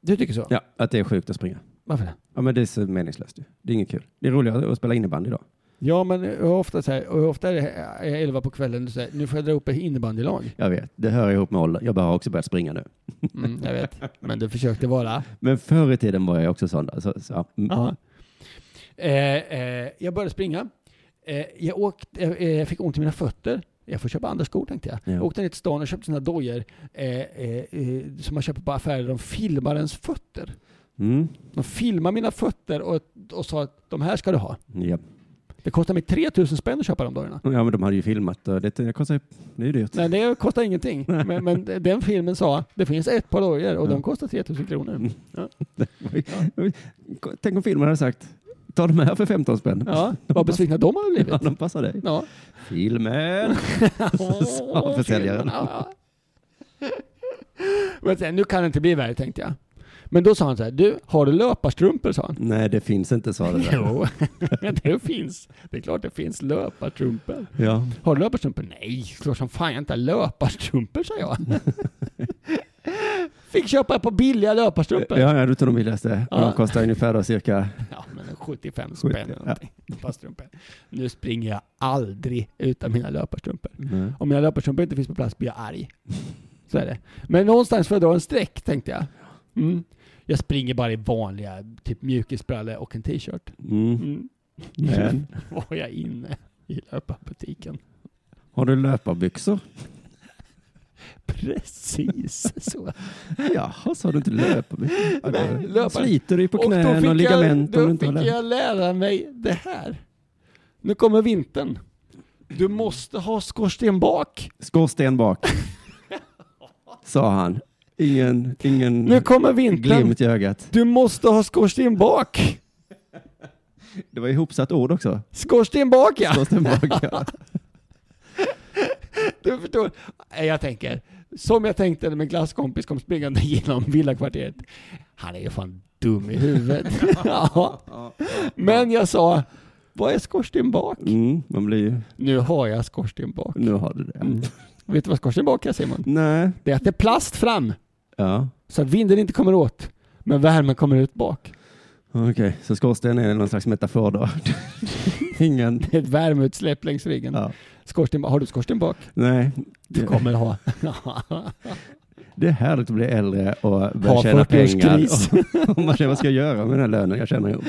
Speaker 3: du tycker så?
Speaker 1: Ja, att det är sjukt att springa.
Speaker 3: Varför det?
Speaker 1: Ja, men det är så meningslöst ju. Det är inget kul. Det är roligare att spela innebandy idag.
Speaker 3: Ja, men hur ofta, så här, hur ofta är det är jag elva på kvällen och så här, nu får jag dra upp ett innebandylag.
Speaker 1: Jag vet, det hör ihop med ålder. Jag har också börjat springa nu.
Speaker 3: Mm, jag vet, men du försökte vara.
Speaker 1: Men förr i tiden var jag också sån. där. Så, så, ja. Mm.
Speaker 3: Ja. Eh, eh, jag började springa. Eh, jag, åkte, eh, eh, jag fick ont i mina fötter. Jag får köpa andra skor tänkte jag.
Speaker 1: Ja.
Speaker 3: Jag åkte ner till stan och köpte sådana dojor eh, eh, eh, som man köper på affärer. De filmar ens fötter.
Speaker 1: Mm.
Speaker 3: De filmar mina fötter och, och sa att de här ska du ha.
Speaker 1: Ja.
Speaker 3: Det kostar mig 3000 spänn att köpa de dojorna.
Speaker 1: ja, men de hade ju filmat och det, det kostar ju... Det är ju dyrt.
Speaker 3: Nej, det kostar ingenting. Men, men den filmen sa det finns ett par dojor och de kostar 3000
Speaker 1: Mm.
Speaker 3: kronor.
Speaker 1: Tänk om filmen hade sagt ta de här för 15 spänn.
Speaker 3: Ja, vad besvikna de har
Speaker 1: Ja,
Speaker 3: blivit.
Speaker 1: de passar dig.
Speaker 3: Ja.
Speaker 1: Filmen! Sa försäljaren.
Speaker 3: Ja. Men sen, nu kan det inte bli värre tänkte jag. Men då sa han så här, du har du löparstrumpor? sa han.
Speaker 1: Nej, det finns inte, sa det där.
Speaker 3: Jo, det finns. Det är klart det finns löparstrumpor.
Speaker 1: Ja.
Speaker 3: Har du löparstrumpor? Nej, klart som fan jag inte har löparstrumpor sa jag. Fick köpa ett par billiga löparstrumpor.
Speaker 1: Ja, ja, du tog de billigaste. Och
Speaker 3: Ja.
Speaker 1: de kostar ungefär då cirka...
Speaker 3: Ja, men 75
Speaker 1: 70,
Speaker 3: spänn någonting. Passtrumpor. Nu springer jag aldrig utan mina löparstrumpor.
Speaker 1: Nej.
Speaker 3: Om mina löparstrumpor inte finns på plats blir jag arg. Så är det. Men någonstans får jag dra en streck, tänkte jag. Mm. Jag springer bara i vanliga, typ mjukisbrallor och en t-shirt.
Speaker 1: Mm.
Speaker 3: Mm.
Speaker 1: Nej.
Speaker 3: var jag inne i löparbutiken.
Speaker 1: Har du löparbyxor?
Speaker 3: Precis så.
Speaker 1: Jaha, sa du inte löparbyxor? Ja, det-
Speaker 3: Nej, löpar-
Speaker 1: Sliter du på
Speaker 3: då
Speaker 1: knän och,
Speaker 3: fick jag-
Speaker 1: ligament om du
Speaker 3: Då
Speaker 1: inte har
Speaker 3: fick
Speaker 1: löp-
Speaker 3: jag lära mig det här. Nu kommer vintern. Du måste ha skorsten bak.
Speaker 1: Skorsten bak, sa han. Ingen, ingen
Speaker 3: Nu kommer vintern.
Speaker 1: glimt i ögat.
Speaker 3: Du måste ha skorsten bak.
Speaker 1: Det var ihopsatt ord också.
Speaker 3: Skorsten bak ja.
Speaker 1: Skorsten bak, ja.
Speaker 3: Du förstår. Nej, Jag tänker, som jag tänkte när min klasskompis kom springande genom villakvarteret. Han är ju fan dum i huvudet. ja. Men jag sa, vad är skorsten bak?
Speaker 1: Mm, man blir ju...
Speaker 3: Nu har jag skorsten bak.
Speaker 1: Nu har du det.
Speaker 3: Vet du vad skorsten bak är Simon?
Speaker 1: Nej.
Speaker 3: Det är att det är plast fram.
Speaker 1: Ja,
Speaker 3: Så att vinden inte kommer åt, men värmen kommer ut bak.
Speaker 1: okej. Så skorsten är någon slags metafor då? ingen...
Speaker 3: Det är ett värmeutsläpp längs ryggen.
Speaker 1: Ja.
Speaker 3: Skorsten, har du skorsten bak?
Speaker 1: Nej.
Speaker 3: Du kommer ha.
Speaker 1: Det är härligt att bli äldre och börja
Speaker 3: Ha
Speaker 1: tjäna pengar.
Speaker 3: 40-årskris.
Speaker 1: Och man känner, vad ska jag göra med den här lönen jag tjänar ihop?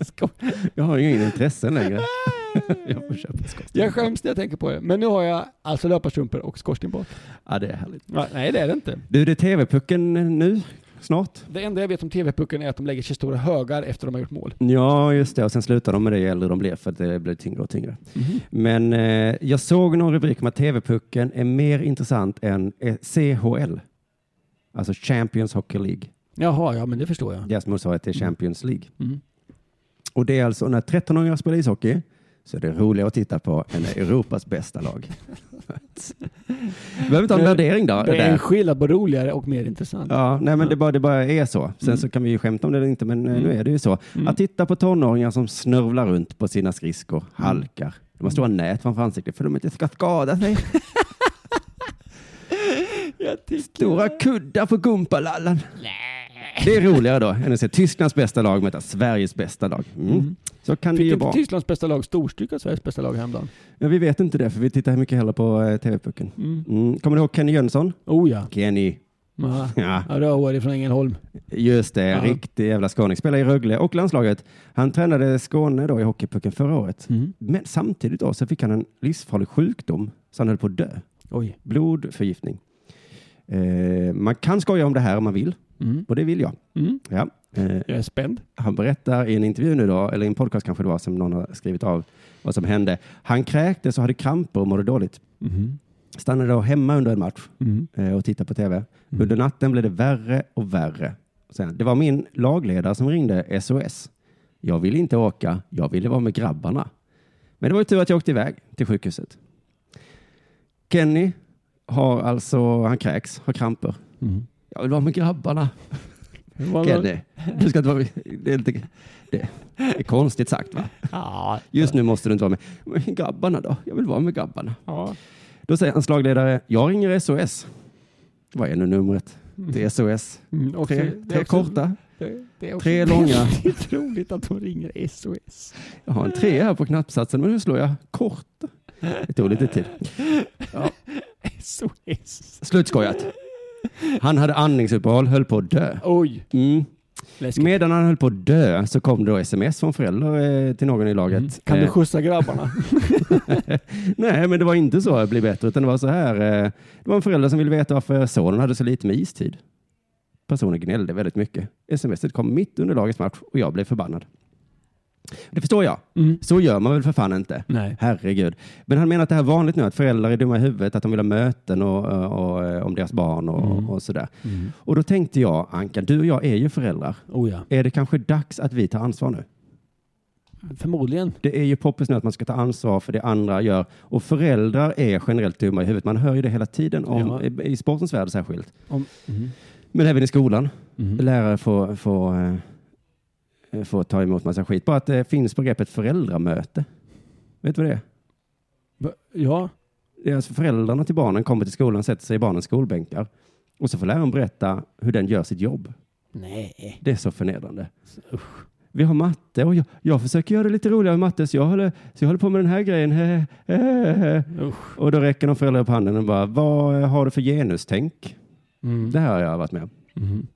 Speaker 3: Skor-
Speaker 1: Jag har ju inga intressen längre. Jag får köpa skorsten.
Speaker 3: jag skäms när jag tänker på det. Men nu har jag alltså löparstrumpor och skorsten bak.
Speaker 1: Ja, det är härligt.
Speaker 3: Ja, Nej, det är det inte.
Speaker 1: Du, det är TV-pucken nu snart.
Speaker 3: Det enda jag vet om TV-pucken är att de lägger sig i stora högar efter de har gjort mål.
Speaker 1: Ja, just det. Och sen slutar de med det ju äldre de blir för att det blir tyngre och tyngre.
Speaker 3: Mhm.
Speaker 1: Men eh, jag såg någon rubrik om att TV-pucken är mer intressant än eh, CHL. Alltså Champions Hockey League.
Speaker 3: Jaha, ja men det förstår jag.
Speaker 1: Deras motsvarighet till Champions League.
Speaker 3: Mm.
Speaker 1: Och det är alltså när 13-åringar spelar ishockey så är det roligare att titta på än när Europas bästa lag. Behöver inte ha en
Speaker 3: Men-
Speaker 1: värdering där.
Speaker 3: Det är en
Speaker 1: där.
Speaker 3: skillnad på roligare och mer intressant.
Speaker 1: Ja, nej, men det bara, det bara är så. Sen
Speaker 3: Mm.
Speaker 1: så kan vi ju skämta om det eller inte, men eh, nu är det ju så. Att titta på tonåringar som snörvlar runt på sina skridskor,
Speaker 3: Mm.
Speaker 1: halkar. De har stora nät framför ansiktet för de inte ska skada sig.
Speaker 3: Jag tycker...
Speaker 1: Stora kuddar på gumpalallan. Det är roligare då än att se Tysklands bästa lag möta Sveriges bästa lag. Mm. Så kan det
Speaker 3: Fick
Speaker 1: ju
Speaker 3: inte
Speaker 1: vara.
Speaker 3: Tysklands bästa lag storstycke av Sveriges bästa lag häromdagen?
Speaker 1: Ja, vi vet inte det, för vi tittar mycket hellre på eh, TV-pucken.
Speaker 3: Mm.
Speaker 1: Mm. Kommer du ihåg Kenny Jönsson?
Speaker 3: Oh ja.
Speaker 1: Kenny.
Speaker 3: Ja,
Speaker 1: Ja,
Speaker 3: Rödhårig från Ängelholm.
Speaker 1: just det. En
Speaker 3: Ja.
Speaker 1: riktig jävla skåning. Spelar i Rögle och landslaget. Han tränade Skåne då i Hockeypucken förra året.
Speaker 3: Mm.
Speaker 1: Men samtidigt då så fick han en livsfarlig sjukdom så han höll på att dö.
Speaker 3: Oj.
Speaker 1: Blodförgiftning. Eh, man kan skoja om det här om man vill
Speaker 3: Mm.
Speaker 1: och det vill jag.
Speaker 3: Mm.
Speaker 1: Ja. Eh,
Speaker 3: Jag är spänd.
Speaker 1: han berättar i en intervju nu då, eller i en podcast kanske det
Speaker 3: Mm.
Speaker 1: var som någon har skrivit av vad som hände. Han kräktes och hade kramper och mådde dåligt. Stannade då hemma under en match eh, och tittade på tv. Under natten blev det värre och värre. Sen, det var min lagledare som ringde SOS. Jag ville inte åka. Jag ville vara med grabbarna. Men det var ju tur att jag åkte iväg till sjukhuset. Kenny har alltså, han kräks, har kramper.
Speaker 3: Mm.
Speaker 1: Jag vill vara med grabbarna. Kenny, du ska inte vara med. Det är, lite, det är konstigt sagt va?
Speaker 3: Ja,
Speaker 1: Just nu måste du inte vara med. Men grabbarna då? Jag vill vara med grabbarna.
Speaker 3: ja.
Speaker 1: Då säger hans lagledare, jag ringer SOS. Vad är nu numret? Det är SOS.
Speaker 3: Mm, också-
Speaker 1: Tre,
Speaker 3: det är
Speaker 1: tre
Speaker 3: också-
Speaker 1: korta.
Speaker 3: det- det är också
Speaker 1: Tre långa.
Speaker 3: väldigt roligt att de ringer SOS.
Speaker 1: Jag har en tre här på knappsatsen, men hur slår jag? Kort. Det tog lite tid.
Speaker 3: SOS.
Speaker 1: Slutskojat. Han hade andningsuppehåll, höll på att dö.
Speaker 3: Oj,
Speaker 1: Mm.
Speaker 3: läskigt.
Speaker 1: Medan han höll på att dö så kom det då sms från föräldrar eh, till någon i laget.
Speaker 3: Mm. Kan du
Speaker 1: Eh,
Speaker 3: skjutsa grabbarna?
Speaker 1: Nej, men det var inte så att bli bättre, utan det var så här. eh, Det var en förälder som ville veta varför sonen hade så lite med istid. Personen gnällde väldigt mycket. Smset kom mitt under lagets match och jag blev förbannad. Det förstår jag. Så gör man väl för fan inte.
Speaker 3: Mm. Nej.
Speaker 1: Herregud. Men han menar att det här är vanligt nu, att föräldrar är dumma i huvudet, att de vill ha möten och, och, och, om deras barn och, och sådär.
Speaker 3: Mm.
Speaker 1: Och då tänkte jag, Anka, du och jag är ju föräldrar.
Speaker 3: Oh ja.
Speaker 1: Är det kanske dags att vi tar ansvar nu?
Speaker 3: Förmodligen.
Speaker 1: Det är ju poppis nu att man ska ta ansvar för det andra gör och föräldrar är generellt dumma i huvudet. Man hör ju det hela tiden om, i sportens värld särskilt.
Speaker 3: Om, mm.
Speaker 1: Men även i skolan. Lärare får, får, eh, får ta emot massa skit. Bara att det finns begreppet föräldramöte. Vet du vad det är?
Speaker 3: Va- Ja,
Speaker 1: Det är alltså föräldrarna till barnen kommer till skolan, sätter sig i barnens skolbänkar och så får läraren berätta hur den gör sitt jobb.
Speaker 3: nej.
Speaker 1: Det är så förnedrande. Vi har matte och jag, jag försöker göra det lite roligare med matte så jag håller, så jag håller på med den här grejen. He, he, he, he.
Speaker 3: Usch.
Speaker 1: Och då räcker de föräldrar upp handen och bara, vad har du för genustänk?
Speaker 3: Mm.
Speaker 1: Det här har jag varit med om.
Speaker 3: Mm.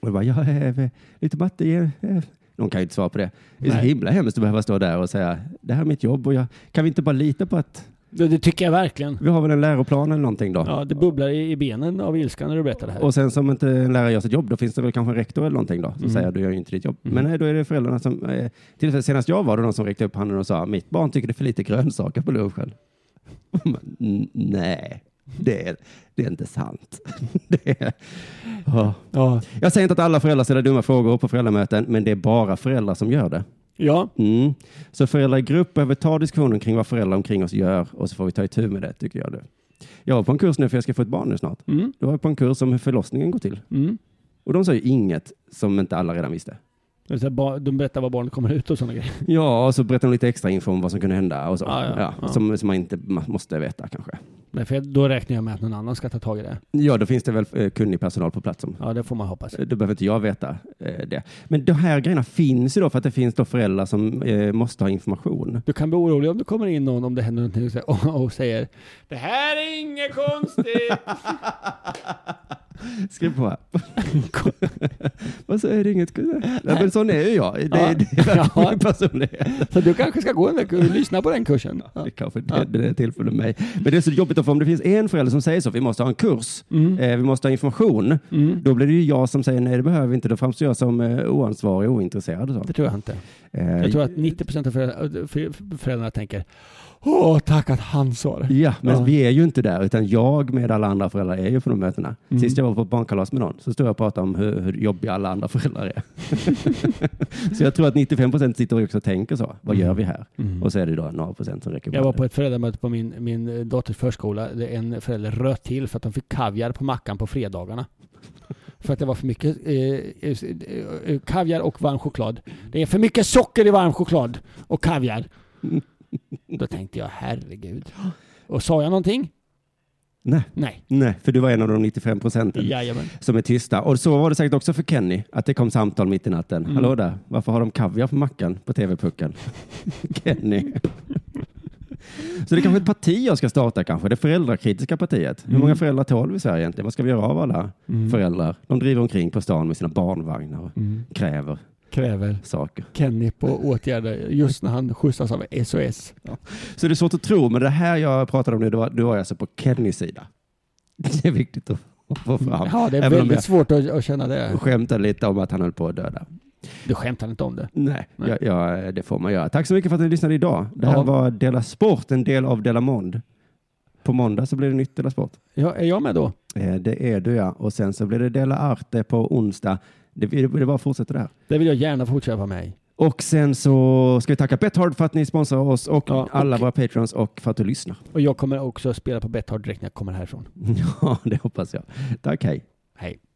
Speaker 1: Och jag bara, jag är lite matte. gen- eh." De kan ju inte svara på det. Det är så
Speaker 3: Nej.
Speaker 1: himla hemskt att behöva stå där och säga, det här är mitt jobb och jag, kan vi inte bara lita på att
Speaker 3: Det, det tycker jag verkligen.
Speaker 1: vi har väl en läroplan eller någonting då?
Speaker 3: Ja, det bubblar i, i benen av ilska när du berättar det här.
Speaker 1: Och sen som inte en lärare gör sitt jobb, då finns det väl kanske en rektor eller någonting då, som säger du gör ju inte ditt jobb. Men nej, då är det föräldrarna som, eh, till och med senast jag var det någon som räckte upp handen och sa, mitt barn tycker det är för lite grönsaker på lunchen. Och man, "N- Nej, det är, det är inte sant. det är, ja.
Speaker 3: Ja.
Speaker 1: Jag säger inte att alla föräldrar ställer dumma frågor på föräldramöten, men det är bara föräldrar som gör det.
Speaker 3: ja,
Speaker 1: Mm. Så föräldrar i grupp behöver ta diskussionen kring vad föräldrar omkring oss gör och så får vi ta itu med det, tycker jag. Nu. Jag var på en kurs nu för jag ska få ett barn nu snart.
Speaker 3: Mm.
Speaker 1: Då var jag på en kurs om hur förlossningen går till.
Speaker 3: Mm.
Speaker 1: Och de sa ju inget som inte alla redan visste.
Speaker 3: Det vill säga, ba- de berättar var barnet kommer ut och sådana grejer.
Speaker 1: Ja, och så berättade de lite extra info om vad som kunde hända och så.
Speaker 3: Ja, ja, ja.
Speaker 1: Som, som man inte ma- måste veta kanske.
Speaker 3: Nej, för jag- då räknar jag med att någon annan ska ta tag i det.
Speaker 1: Ja, då finns det väl eh, kunnig personal på plats som
Speaker 3: Ja, det får man hoppas.
Speaker 1: Då behöver inte jag veta eh, det. Men de här grejerna finns ju då för att det finns då föräldrar som eh, måste ha information.
Speaker 3: Du kan bli orolig om det kommer in någon, om det händer någonting, och säger- och, och säger Det här är inget konstigt!
Speaker 1: Skriv på här. Vad så är det inget? Nej, men sån är ju jag. Det,
Speaker 3: Ja.
Speaker 1: det är
Speaker 3: Ja.
Speaker 1: min personlighet.
Speaker 3: Så du kanske ska gå en vecka och lyssna på den kursen.
Speaker 1: Det kanske inte är det till för mig. Men det är så jobbigt då, för om det finns en förälder som säger så, vi måste ha en kurs,
Speaker 3: Mm.
Speaker 1: eh, vi måste ha information, då blir det ju jag som säger nej, det behöver vi inte. Då framstår jag som eh, oansvarig och ointresserad. Och så.
Speaker 3: Det tror jag inte.
Speaker 1: Eh,
Speaker 3: Jag tror att 90% av föräldrar- äh, för- föräldrarna tänker Åh, tack att han sa det.
Speaker 1: Ja, men
Speaker 3: Ja.
Speaker 1: vi är ju inte där, utan jag med alla andra föräldrar är ju på de mötena.
Speaker 3: Mm.
Speaker 1: Sist jag var på ett barnkalas med någon så stod jag och pratade om hur, hur jobbiga alla andra föräldrar är. så jag tror att 95 procent sitter också och tänker så. Vad gör vi här? Och så är det då några procent som räcker
Speaker 3: Mm. Jag var på ett föräldramöte på min, min dotters förskola. där En förälder röt till för att de fick kaviar på mackan på fredagarna. För att det var för mycket eh, eh, eh, kaviar och varm choklad. Det är för mycket socker i varm choklad och kaviar. Då tänkte jag, herregud. Och sa jag någonting?
Speaker 1: Nej.
Speaker 3: Nej.
Speaker 1: Nej, för du var en av de 95 procenten
Speaker 3: Jajamän.
Speaker 1: som är tysta. Och så var det säkert också för Kenny, att det kom samtal mitt i natten. Hallå där, varför har de kaviar på mackan på TV-pucken? Kenny. Så det är kanske ett parti jag ska starta kanske, det föräldrakritiska partiet. Hur många föräldrar tål vi i Sverige egentligen? Vad ska vi göra av alla
Speaker 3: Mm.
Speaker 1: föräldrar? De driver omkring på stan med sina barnvagnar och
Speaker 3: Mm.
Speaker 1: kräver
Speaker 3: Kräver
Speaker 1: saker.
Speaker 3: Kenny på åtgärder just när han skjutsas av SOS.
Speaker 1: Så det är svårt att tro, men det här jag pratade om nu, det var, det var jag alltså på Kennys sida. Det är viktigt att få fram.
Speaker 3: Ja, det är
Speaker 1: Även om
Speaker 3: väldigt svårt att, att känna det.
Speaker 1: jag skämtade lite om att han höll på att döda.
Speaker 3: Du skämtar inte om det.
Speaker 1: Nej,
Speaker 3: Nej.
Speaker 1: Ja, ja, det får man göra. Tack så mycket för att ni lyssnade idag. Det här
Speaker 3: Ja.
Speaker 1: var Dela Sport, en del av Dela Mond. på måndag så blir det nytt Della Sport.
Speaker 3: Ja, är jag med då?
Speaker 1: Eh, Det är du ja. Och sen så blir det Della Arte på onsdag. Det, det, det bara fortsätter där.
Speaker 3: Det vill jag gärna fortsätta vara med i.
Speaker 1: Och sen så ska vi tacka Bethard för att ni sponsrar oss och
Speaker 3: Ja, och-
Speaker 1: alla våra patrons och för att du lyssnar.
Speaker 3: Och jag kommer också spela på Betthard direkt när jag kommer härifrån.
Speaker 1: Ja, det hoppas jag. Tack, hej.
Speaker 3: Hej.